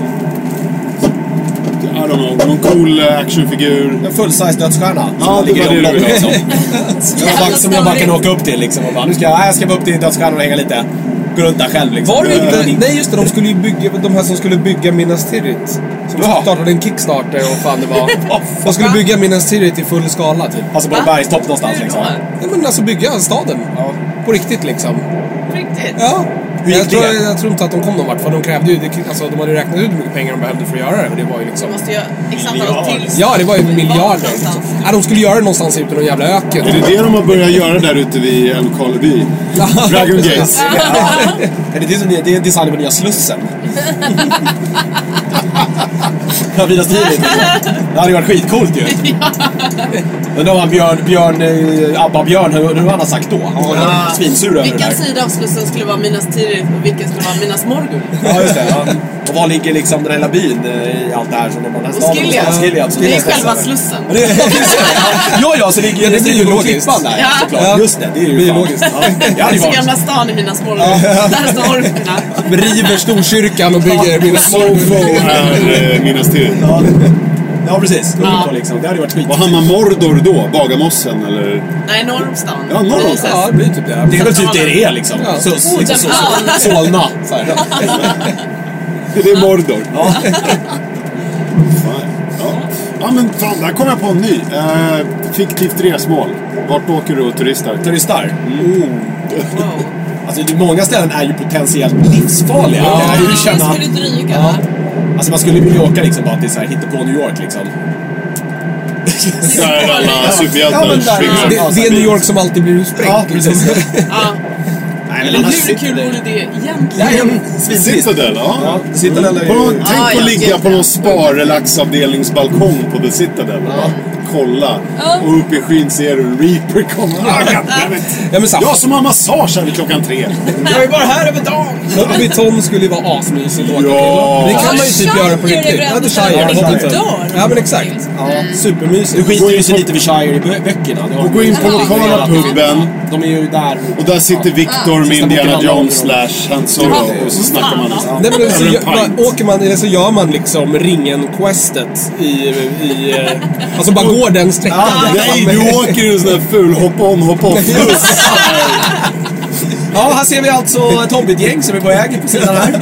I don't know, någon cool eh, actionfigur. En full-size dödsstjärna. Ja, Som det ligger var i det omlopp, du ville ha. Som jag bara- Som jag bara kan åka upp till liksom. Och bara, nu ska jag, nej, jag ska bara upp till dödsstjärnan och hänga lite. Gå runt där själv liksom. Var det inte... Nej, just det. De, skulle ju bygga, de här som skulle bygga Minas Tirith. Som Ja. startade en Kickstarter och fan det var. De skulle bygga Minas Tirith i full skala typ. Alltså på en bergstopp någonstans [laughs] liksom. Ja, men alltså bygga staden. På riktigt liksom. På riktigt? Ja. Hur gick Jag tror, det? jag tror inte att de kom någon vart, för de krävde ju... det- Alltså, de hade ju räknat ut hur mycket pengar de behövde för att göra det. Och det var ju liksom... Du måste ju x antal Miljard. till. Ja, det var ju Vart miljarder. Liksom. någonstans? Ja, de skulle göra det någonstans ute i någon jävla öken. Är det det de har börjat göra där ute vid [laughs] Älvkarleby? Dragon Gate. Är det, det, som, det är designen på nya Slussen. Bravida Stig vet inte. liksom. Det hade ju varit skitcoolt ju. Undrar vad Björn, Björn, eh, Abba-Björn, hur, hur han har sagt då. Han var Ja. svinsur över det Vilken där. sida av slussen skulle vara Minas Tirith och vilken skulle vara Minas Morgul? Ja, just det. Ja. Och var ligger liksom den här lilla byn eh, i allt det här? Som de har den här Och staden? Skilja. Ja, Skilja. absolut. Det är själva slussen. Ja, det är- just det. Ja, ja, så ligger [laughs] Ja, det det blir ligger på logiskt. klippan där. Ja. Såklart. Ja. Just det, det är ju Det blir fan- logiskt. Ja, det hade ju Alltså varit. Gamla stan är Minas Morgul. Där står orkerna. River Storkyrkan och bygger mina Mofo är eh, Minas Tirith. Ja. Ja, precis. Ja. Liksom. Det hade ju varit skit. Vad hamnar Mordor då? Bagarmossen eller? Nej, norr om stan. Ja, norr om Precis. Ja, det blir typ det. Det är det väl typ det det är liksom. Ja. Sus, liksom sus. Odenplan. Solna. så här. Det är Mordor. Ja. ja. ja men fan, där kom jag på en ny. Eh, fiktivt resmål. Vart åker du och turistar? Turistar. Wow. Oh. Alltså, det- många ställen är ju potentiellt livsfarliga. Det Ja. är ju Ja, känna... skulle dryga. Ja. Alltså man skulle vilja åka liksom bara till så här, hitta på New York liksom. Där alla Ja, superhjältar men där- springer. Det, det är New York som alltid blir utsprängt. Ja, [laughs] precis. Ja. Nej, Men hur kul vore Mm. det egentligen? Svintrist. Citadel, ja. Ja, Citadel är På någon, ju... tänk ja, att ligga gud, på någon sparrelaxavdelningsbalkong på The Citadel. Ja. Kolla. Och uppe i skyn ser du en Reaper komma. Ah, goddammit. Ja, men så- jag som har massage här vid klockan tre. Jag är bara här över dagen! Hobbiton skulle ju vara asmysigt att åka Ja. till. Det kan man ju typ göra på Shire riktigt. är Ja, väl du Shire. ändå Hobbiton. dörr. Ja, men exakt. Ja. Supermysigt. Det skiter ju sig lite vid Shire i bö- böckerna. Det har Och gå in på lokala puben. De är ju där. Och där sitter Victor med Sista boken Indiana handlar om Jones dem. slash Han Solo. Och så snackar man. Nej, men så, Över en gör- pint. man, åker man, eller så gör man liksom ringen-questet i... i eh, alltså bara går den sträckan. Nej, du åker ju en sån där ful hop-on hop-off-buss. Ja, här ser vi alltså ett hobbitgäng som är på väg på sidan här.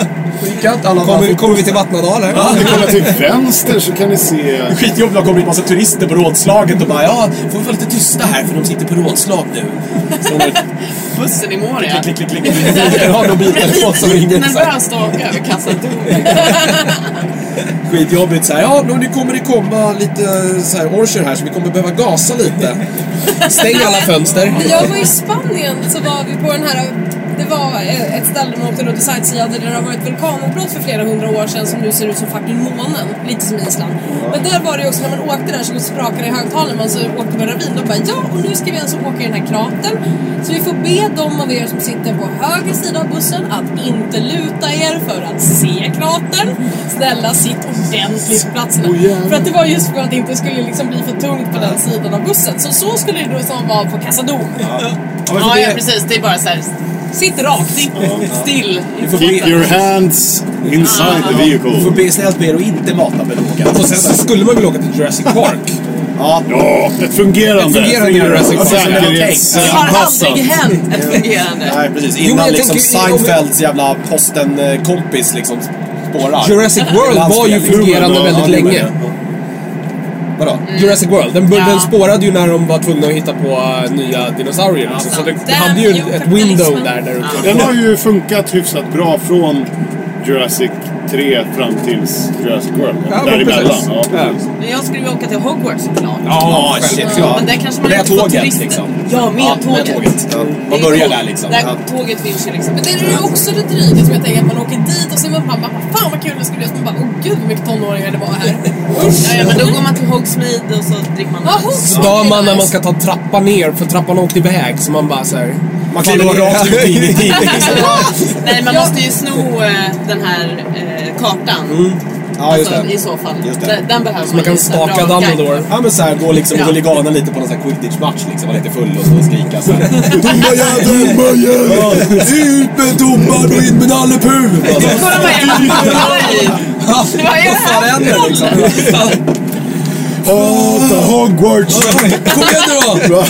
Kommer, kommer vi till Vattnadal här? Om ni kollar till vänster så kan ni se... Skitjobbigt att det kommer hit massa turister på rådslaget och bara ja, får vi vara lite tysta här för de sitter på rådslag nu. Så de Bussen i Moria. klick, klick, klick, klick. [laughs] De har någon biltelefon som Lite ringer. så här. Alltså, nervöst att åka över Kassadun. Skitjobbigt såhär, ja då nu kommer det komma lite såhär orcher här så vi kommer behöva gasa lite. Stäng alla fönster. När jag var i Spanien så var vi på den här det var eh, ett ställe man åkte runt och sightseeade där det har varit vulkanutbrott för flera hundra år sedan som nu ser ut som fucking månen. Lite som Island. Men där var det ju också när man åkte där så sprakade det i högtalaren man så åkte på en ravin och bara ja och nu ska vi alltså åka i den här kratern. Så vi får be de av er som sitter på höger sida av bussen att inte luta er för att se kratern. Snälla sitt ordentligt på platserna. för att det var just för att det inte skulle liksom bli för tungt på den sidan av bussen. Så så skulle det då som vara på Casador. Ja, ja, precis. Det är bara så här. Sitt rakt. Still. still. Keep your hands inside the Får vehicle. be snällt be er att inte mata med lågan. Och sen så skulle man väl åka till Jurassic Park. Ja, Ja, ett fungerande. Ett fungerande Jurassic Park. Det har aldrig Säkerhetsanpassat. hänt ett fungerande. alltså. Nej, precis. Jo, men Innan jag liksom tänker- om- Seinfelds jävla posten-kompis liksom spårar. Jurassic World var ju Landsbygden. fungerande Ja, väldigt det var länge. det. Vadå? Jurassic World. Den, bör- Ja. den spårade ju när de var tvungna att hitta på eh, nya dinosaurier. liksom. Så det, det Damn hade ju you, ett window kapitalismen. där, där uppe. Den har ju funkat hyfsat bra från Jurassic 3 fram tills Jurassic World. Ja, men Däremellan. precis. Ja, precis. Men jag skulle vilja åka till Hogwarts såklart. Ja, självklart. shit ja. Men där kanske man det är inte får tåget turister. liksom. Ja, med ja, tåget. Med tåget. Ja. Man Det är börjar tåg. där liksom. Där Ja. tåget finns ju liksom. Men det är ju också det dryga som jag tänker att man åker dit och så är man bara, bara fan vad kul det skulle bli. Och så man bara, åh gud vad mycket tonåringar det var här. Ja, ja, men då går man till Hogsmeade och så dricker man Ja, [laughs] bärs. Hogsmeade. Stör man när man ska ta trappan ner, för trappan har åkt iväg. Så man bara såhär... Man kliver rakt ut in i [laughs] tid. [laughs] liksom. Nej, man måste ju sno eh, den här eh, kartan. Mm. Ja, just alltså, det. I så fall. Just det. Den, den behöver Man kan ju, så här, staka bra guide. Dumbledore. Ja men såhär gå liksom Ja. huligana lite på någon sån här quidditch-match liksom. Man är lite full och så skrika såhär. Dumma jävla dumma jävla. Ut med domaren och in med nallepuv! Kolla vad jag [laughs] har Det var ju det Vad här. händer liksom? Hata Hogwarts. Kom igen nu då!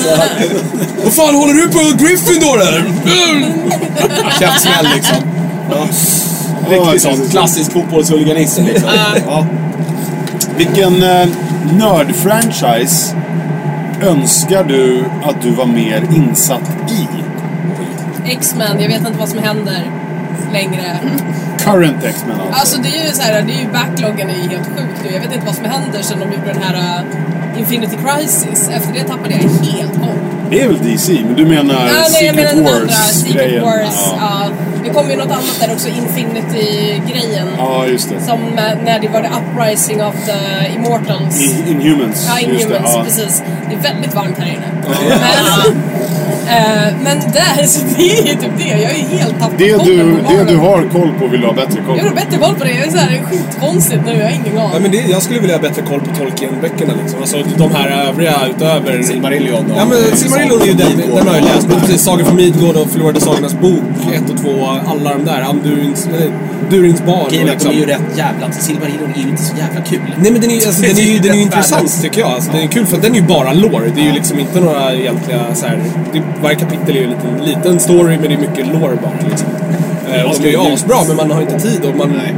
Vad fan håller du på Gryffindor eller? Käftsmäll liksom. Ja, Riktigt sån klassisk fotbollshuliganism liksom. Ja. Vilken eh, nördfranchise önskar du att du var mer insatt i? X-Men, jag vet inte vad som händer längre. Current X-Men alltså. Alltså det är ju så här, det är ju backloggen är ju helt sjuk nu. Jag vet inte vad som händer sen de gjorde den här uh, Infinity Crisis. Efter det tappade jag helt koll. Det är väl DC, men du menar Ja, nej, jag Secret menar den andra, Wars-grejen? Secret Wars. Ja. Det kom ju något annat där också, Infinity-grejen. Ja, just det. Som eh, när det var the uprising of the immortals. In, Inhumans. Ja, Mm. just det, Inhumans, ja. precis. Det är väldigt varmt här inne. Men, [laughs] eh, men där, [laughs] så det är ju typ det. Jag är helt tappat Det, kollen du, på det barnen. du har koll på vill du ha bättre koll Jag har på. bättre koll på det. Jag är så här, det är skitkonstigt nu. Jag har ingen Ja, aning. men det, jag skulle vilja ha bättre koll på Tolkien-böckerna liksom. Alltså de här övriga utöver... Silmarillion och- Ja men Silmarillion är ju den, den har jag läst. Men precis, Sagor från Midgård och Förlorade Sagornas Bok 1 och 2. Alla de där. Amdurins, eh, Durins barn. Grejen och är att de är liksom. ju rätt jävla... alltså, Silmarillion är ju inte så jävla kul. Nej men den är ju alltså, den är, ju- den är ju intressant [laughs] Världens- tycker jag. Alltså, den är kul för att den är ju bara lore. Det är ju liksom inte några egentliga så här, det, Varje kapitel är ju en liten, liten story men det är mycket lore bara liksom. Eh, och de är ju asbra men man har inte tid och man Nej.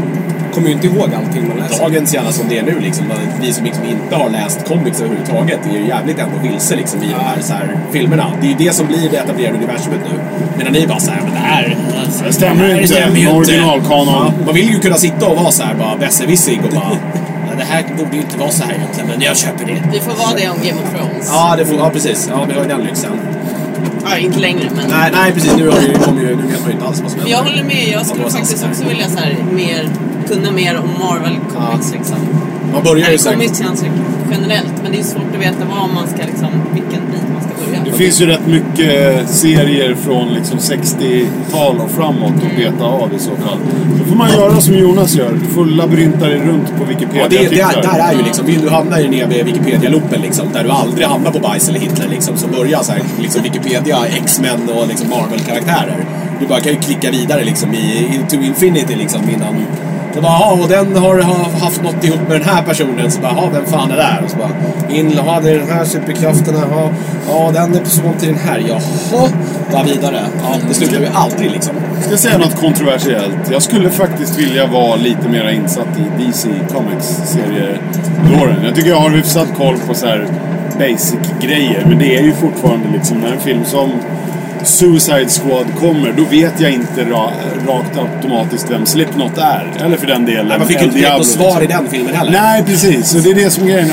kommer ju inte ihåg allting man läser. Dagens jävla som det är nu liksom, att vi som liksom inte har läst comics överhuvudtaget är ju jävligt ändå vilse liksom i de här, så här filmerna. Det är ju det som blir det etablerade universumet nu. Medan ni bara såhär, men det här... alltså, Det stämmer ju det inte stämmer ju med inte. originalkanon. Man vill ju kunna sitta och vara såhär bara besserwissrig och bara... "Ja, Det här borde ju inte vara så här egentligen, men jag köper det. Vi får vara det om Game of Thrones. Ja, det får, ja precis. Ja, vi har ju den lyxen. Ja, inte längre men. Nej, nej precis. Nu, har vi, kom ju, nu vet man ju inte alls vad som Jag håller med. Jag skulle faktiskt också vilja så här, mer, kunna mer om Marvel Comics liksom. Man börjar ju Eller såhär... comics känns ju generellt men det är svårt att veta vad man ska liksom, vilken bit man ska börja. Det finns ju rätt mycket serier från liksom 60-tal och framåt Mm. att beta av i så fall. Då får man göra som Jonas gör. Du får labyrinta dig runt på Ja, det, det, Wikipedia-artiklar. där är ju liksom, vill du hamna i den eviga Wikipedia-loopen liksom, där du aldrig hamnar på bajs eller Hitler liksom, så börjar så här, liksom Wikipedia, X-Men och liksom Marvel-karaktärer. Du bara kan ju klicka vidare liksom i Into Infinity liksom innan. Så bara, "Jaha, och den har ha- haft något ihop med den här personen. Så bara, "Jaha, vem fan är det där? Och så bara, in, ja det är den här superkraften, jaha, ja den är son till den här, jaha. Bara vidare. Ja, det slutar ju aldrig liksom. Jag ska säga något kontroversiellt. Jag skulle faktiskt vilja vara lite mer insatt i DC Comics-serielåren. Jag tycker jag har hyfsat koll på så här basic-grejer. Men det är ju fortfarande liksom när en film som Suicide Squad kommer, då vet jag inte ra- rakt automatiskt vem Slipknot är. Eller för den delen Man fick ju El inte direkt Diablo, något liksom. svar i den filmen heller. Nej, precis. Och det är det som är grejen.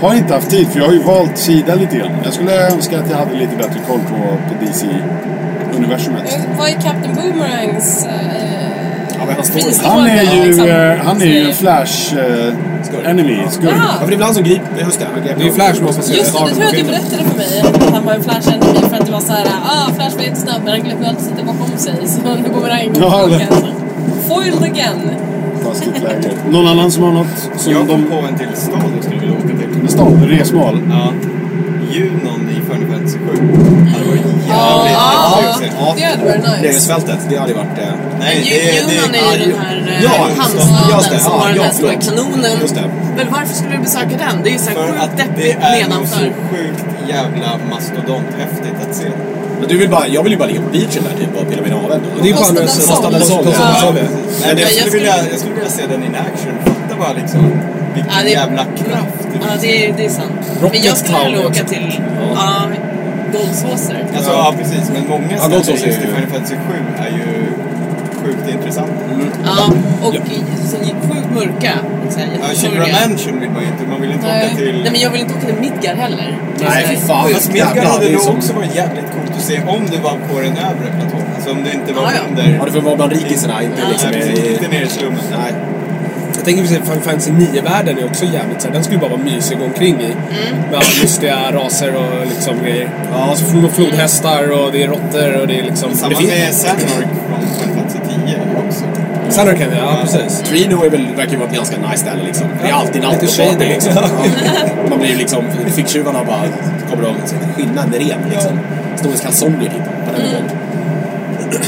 Jag har inte haft tid, för jag har ju valt sida lite grann. Jag skulle önska att jag hade lite bättre koll på, på DC-universumet. Eh, Vad är Captain Boomerangs... Eh, Ja, men han står ju- fristående, Han är ju, liksom, eh, han är ju en serie? eh, Skurk. Flash-enemy, skurk. Jaha. Ja, för det är ibland som griper... Just det, han grep Det är ju Flash som har Just det, passerat det tror jag att du berättade för mig. Att han var en flash enemy för att det var såhär, ah Flash var jättesnabb men han glömde alltid sätta bakom sig. Så nu kommer han igång Ja, tillbaka. eller- Foiled again. Fastigt läge. Någon annan som har något? Som Jag kom de... på en till stad jag skulle vilja åka till. Stad, resmål. Ja. Junon i Final Fantasy 7. Det hade varit jävligt Alltså, Ja. häftigt att se. Det hade varit nice. Nöjesfältet, det hade ju varit... eh, Nej, Ju- det, det, Junon är ju den här eh, Ja, just det. hamnstaden som Ja, har den ja, här stora förlåt. kanonen. Just det. Men varför skulle du besöka den? Det är ju så här För sjukt att det deppigt är nog så nedanför. sjukt jävla mastodonthäftigt att se. Men du vill bara, jag vill ju bara ligga på beachen där typ och pilla min navel. Det är ju på Costa andra del Sol. Costa sidan. del Sol. Ja. Ja. Nej, men jag jag, skulle skulle- vilja, jag skulle vilja se den in action. Fatta bara liksom vilken Ja, det- jävla kraft det Ja, finns. det är, det är sant. men Rocket jag skulle hellre Town. åka till ja. Goldsåser. Alltså, ja. precis. Men många Ja, Ghost städer Wars är just i ju- Final Fantasy 7 är ju sjukt intressanta. Ja, och i- så sjukt mörka. Så här Ja, Chimera jättesorgliga. Mansion vill man ju inte. Man vill inte åka till... Nej, men jag vill inte åka till Midgard heller. Det är Nej, så här- fy fan. Fast Midgard Jävlar, det hade är nog så- också varit jävligt coolt att se om du var på den övre platån. Alltså om du inte var Ja, ja. under... Ja, du får vara bland rikisarna, inte Nej, liksom... precis. i- Inte ner i slummen. Nej. Jag tänker precis, Final Fantasy 9-världen är också jävligt såhär, den skulle ju bara vara mysig att gå omkring i. Med alla lustiga raser och liksom grejer. Ja, så flod, flodhästar och det är råttor och det är liksom... Samma det finns- med Sandmark från Final Fantasy 10 också. Sandor kan vi, ja precis. Trino är väl, verkar ju vara ett ganska nice ställe liksom. Det är alltid natt Lite och party shady. liksom. Ja. Man blir ju liksom, ficktjuvarna bara kommer och skinnar med ren liksom. Står i kalsonger typ, på den nivån. Mm.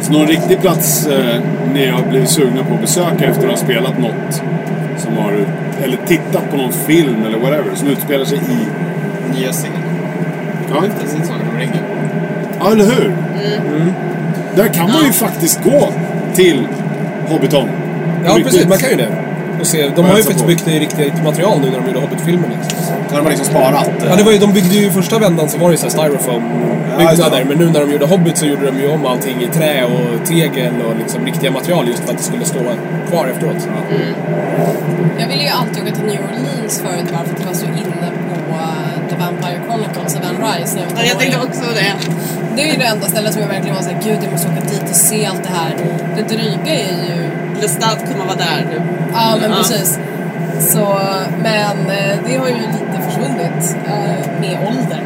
Så någon riktig plats eh, ni har blivit sugna på att besöka efter att ha spelat något som har... Eller tittat på någon film eller whatever som utspelar sig i... Nya Zeeland. Ja, Efter sin Sagan om ringen. ja eller hur? Mm. Mm. Där kan man ju faktiskt gå till Hobbiton. Ja Riktigt. precis, man kan ju det. Och se, de har ju hälsa faktiskt på. byggt det i riktigt material nu när de gjorde Hobbit-filmen. Liksom. Där har man liksom sparat. Ja, det var ju, de byggde ju första vändan så var det ju så här Ja, just styrofoam-byggnader. det. Men nu när de gjorde Hobbit så gjorde de ju om allting i trä och tegel och liksom riktiga material just för att det skulle stå kvar efteråt. Jag ville ju alltid åka till New Orleans förut bara för att det var så inne på eh, The Vampire Chronicles av Anne Enterprise när jag var Ja, jag tänkte tonåring. också det. Det är ju det enda stället som jag verkligen var såhär, gud jag måste åka dit och se allt det här. Det dryga är ju, Lestat kommer vara där nu. ja men Ja. precis. Så, men eh, det har ju lite försvunnit eh, med åldern.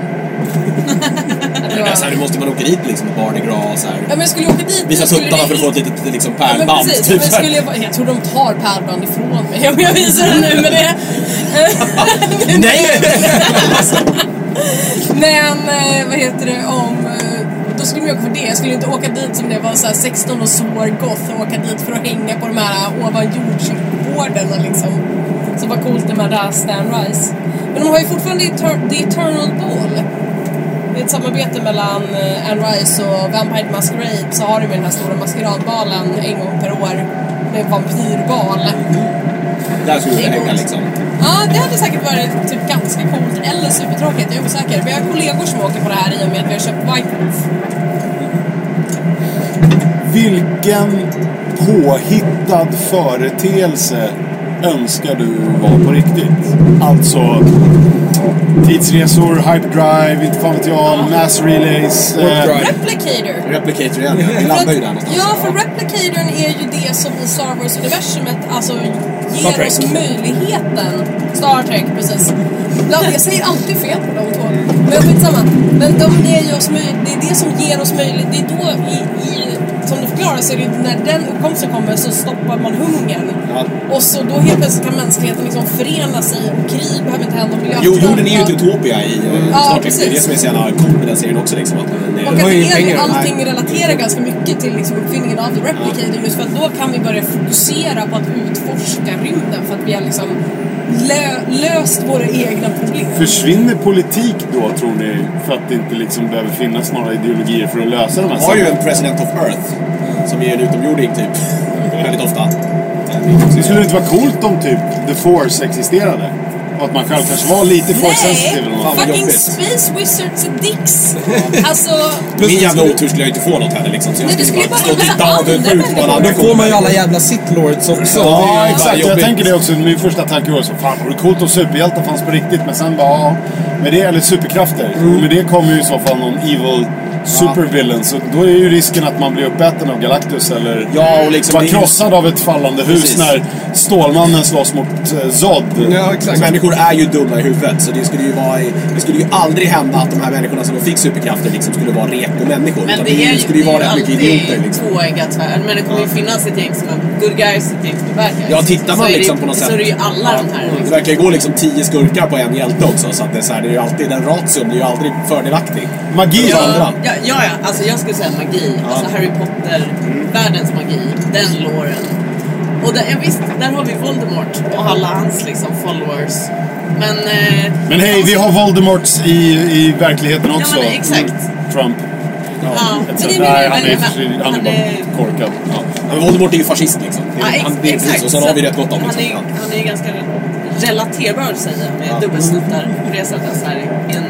[laughs] Att det var- Så här, nu måste man åka dit liksom med Bardi Gras och så här. Ja men jag skulle åka dit Visa skulle tuttarna det- för att få ett litet liksom, Ja, men pärlband. precis. typ. men skulle jag, bara- jag tror de tar pärlband ifrån mig om jag visar det nu men det... [laughs] Nej! [laughs] Men eh, vad heter det om... eh, Då skulle man ju åka för det. Jag skulle ju inte åka dit som när jag var så här 16 och svår goth och åka dit för att hänga på de här eh, ovanjordskyrkogårdarna liksom. Som var coolt när man där Stan Rice. Men de har ju fortfarande Eter- The Eternal Ball. Det är ett samarbete mellan eh, Anne Rice och Vampire Masquerade så har de ju den här stora maskeradbalen en gång per år. Med vampyrbal. Där skulle du hänga liksom. Ja, det hade säkert varit typ ganska coolt eller supertråkigt, jag är osäker. Vi har kollegor som åker på det här i och med att vi har köpt Whiteproof. Vilken påhittad företeelse önskar du vara på riktigt? Alltså tidsresor, hyperdrive, inte fan vet jag, mass relays. Eh, Replicator! Replicator igen. Vi landar ju där någonstans. Ja, för Replicatorn är ju det som i Star Wars-universumet alltså, Star ger Trek. oss möjligheten. Star Trek, precis. Ja, jag säger alltid fel på de två. Mm. Men skitsamma. Men de ger ju oss möj- det är det som ger oss möjlighet. Det är då, i, i, som du förklarar, så är det ju när den uppkomsten kommer så stoppar man hungern. Och så då helt plötsligt kan mänskligheten liksom förena sig. och Krig behöver inte hända. och Jo, miljöförstöring jorden är ju ett bara- Utopia i eh, Ja, Star Trek. Det är det precis. som är så jävla coolt med den serien också. Liksom, att den är, Och att har ju det är pengar. det, allting relaterar ganska mycket till liksom uppfinningen av The Replicator just för att då kan vi börja fokusera på att utforska rymden för att vi har liksom lö- löst våra egna problem. försvinner politik då tror ni? För att det inte liksom behöver finnas några ideologier för att lösa de här Man har ju en President of Earth. Som är en utomjording typ. Mm. Väldigt ofta. Det skulle inte vara coolt om typ The Force existerade? Och att man själv kanske var lite force sensitive eller Nej! något. vad Fucking jobbigt. Space Wizards and Dicks! alltså, Min jävla otur skulle jag inte få något heller liksom. Så jag Nej, du skulle bara stå skulle och bara titta möta avundsjuk på andra alla Då andra får man ju coola. alla jävla sitlords också. Ja, Det är exakt. Jag jobbigt. tänker det också. Min första tanke var så fan vore det coolt om superhjältar fanns på riktigt. Men sen bara, ja. Med det, eller superkrafter. Mm. Och Med det kommer ju i så fall någon evil supervillain. Så då är ju risken att man blir uppäten av Galactus eller... Ja, och liksom... Var det är ju- krossad av ett fallande hus Precis. när Stålmannen slåss mot eh, Zod. Ja, exakt. Människor är ju dumma i huvudet så det skulle ju, vara, i- det skulle ju aldrig hända att de här människorna som fick superkrafter liksom skulle vara reko-människor. Men Utan det är ju, skulle ju det är vara ju rätt mycket alltid idioter liksom. tvåeggat svärd. Men det kommer ju finnas ett gäng som är good guys och ett gäng som är bad guys. Ja, tittar Så man är det- liksom på något sätt. Så är det ju alla de här Det liksom. verkar ju gå liksom tio skurkar på en hjälte också så att det är så här, det är ju alltid, den ration blir ju aldrig fördelaktig. Magi. För Ja, andra. ja, ja, ja. Alltså jag skulle säga magi. Alltså Harry Potter, Mm. världens magi. Den låren. Och där, ja, visst, där har vi Voldemort och alla hans liksom followers. Men... Eh, Men hej, vi har Voldemorts i, i verkligheten också. men exakt. Mm. Trump. Ja, men etc. det Nej, är min- han är, men- för- han är han är- bara korkad. Ja. Ja, Men Voldemort är ju fascist liksom. Det är, Ja, ex- han, det är precis, exakt. och sen har vi rätt gott om han, liksom. är, Ja. han är ju ganska relaterbar säger jag med dubbelsnuttar på det sättet. Så här, en,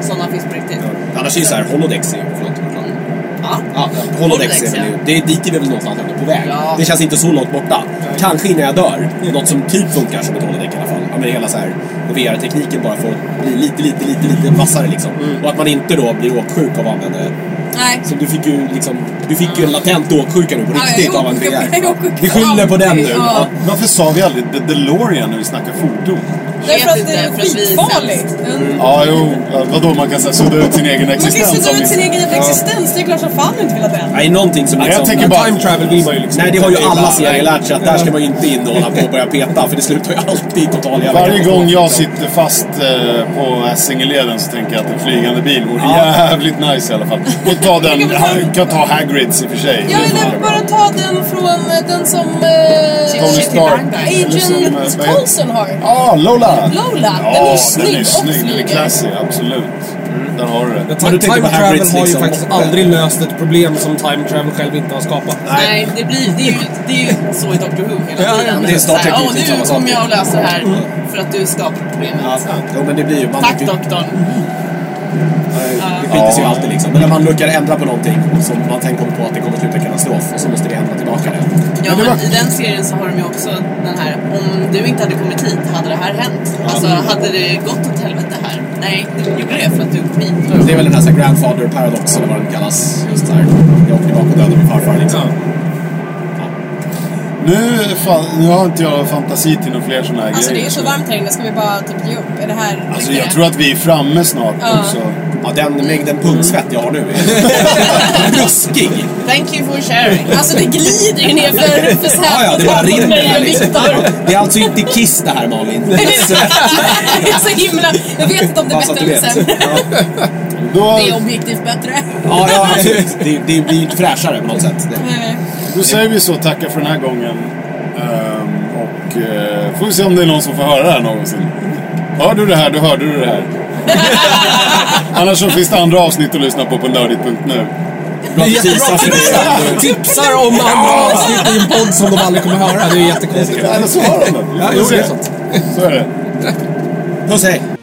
sådana finns på riktigt. Annars är ju såhär, Holodex är ju, förlåt. förlåt. Ja. Ja, Holodex är väl ja. ju, det är dit är vi väl någonstans ändå på väg. Ja. Det känns inte så långt borta. Kanske innan jag dör. Något som typ funkar som ett Holodeck i alla fall. Ja, men hela så här VR-tekniken bara för att bli lite, lite, lite, lite vassare liksom. Mm. Och att man inte då blir åksjuk av att använda det. nej. Så du fick ju liksom, du fick ju en latent åksjuka nu på Ja, jag är riktigt av en åksjuk. VR. Jag är åksjuk. Vi skyller på den nu. Ja. Varför sa vi aldrig The DeLorean när vi snackade fordon? Därför att inte, det är för att vi är skitfarligt. Mm. Den- Ja, jo. ja, Vadå, man kan så här, sudda ut sin egen Man kan ju existens. sluta om ut vi- sin egen jävla existens, det är klart som fan inte vill ha den. Nej, någonting som Nej, liksom... jag tänker bara... Time travel vill man ju liksom Nej, det har ju inte. alla serier lärt sig att där ska man ju inte in och hålla på och börja peta för det slutar ju alltid i total jävla Varje katastrof, gång jag liksom. sitter fast eh, på Essingeleden så tänker jag att en flygande bil vore Ja. jävligt nice i alla fall. Och ta den, kan ta Hagrids i och för sig. Jag ville bara ta den från eh, den som eh, Tony Stark. Eller som, eh, vad Agent heter- Coulson har. Ja, Lola! Lola, Ja, den är den är ju snygg och snygg. Den är flyger. classy, absolut. Mm, Där har du det. Men time du tänker time på travel Hagrids har ju liksom faktiskt moppe? aldrig löst ett problem som time travel själv inte har skapat. Nej, det, blir, det, är ju, det är ju så i Doctor Who hela Ja, tiden. ja, men det är Star Så här, Trek är ju typ samma "Ja, nu sak." Mm. kommer jag att lösa det här för att du skapar problemet. Ja, jo, men det Mm. blir ju... Man Tack det- doktorn. Det skiter sig ju alltid liksom. Men när man lyckas ändra på någonting som man tänker kommer på att det kommer sluta i katastrof och så måste vi ändra tillbaka det. Ja, Men det men var- i den serien så har de ju också den här, om du inte hade kommit hit, hade det här hänt? Alltså, hade det gått åt helvete här? Nej, du gjorde det för att du kom hit. Det är väl den här, så här grandfather paradox eller vad den kallas. Just så här, jag åker tillbaka och dödar min farfar liksom. Nu, fan, nu har inte jag fantasi till några fler sådana här Alltså grejer. det är så varmt här inne, ska vi bara typ ge upp? Är det här... Alltså jag tror att vi är framme snart också. Ja, den mängden pungsvett jag har nu är ruskig. Thank you for sharing. Alltså det glider ju ner för, för Ja, ja, det bara trappen rinner med här liksom. Viktor. Det är alltså inte Kiss det här Malin. [laughs] Det är så himla... Jag vet inte om det är Bara så att bättre du än sen. vet. Ja. Då, Det är objektivt bättre. Ja, ja, det, det blir inte fräschare på något sätt. Det- då säger vi så, tackar för den här gången. Ehm, och eh, får vi se om det är någon som får höra det här någonsin. Hör du det här, då hörde du det [laughs] här. Annars så finns det andra avsnitt att lyssna på på nördigt.nu. Bra teasar för det. Tipsar om andra avsnitt i en podd som de aldrig kommer höra. Det är jättekonstigt. Eller så har de det. Vi får Ja, jo, se. det är sant. Så är det. Puss hej.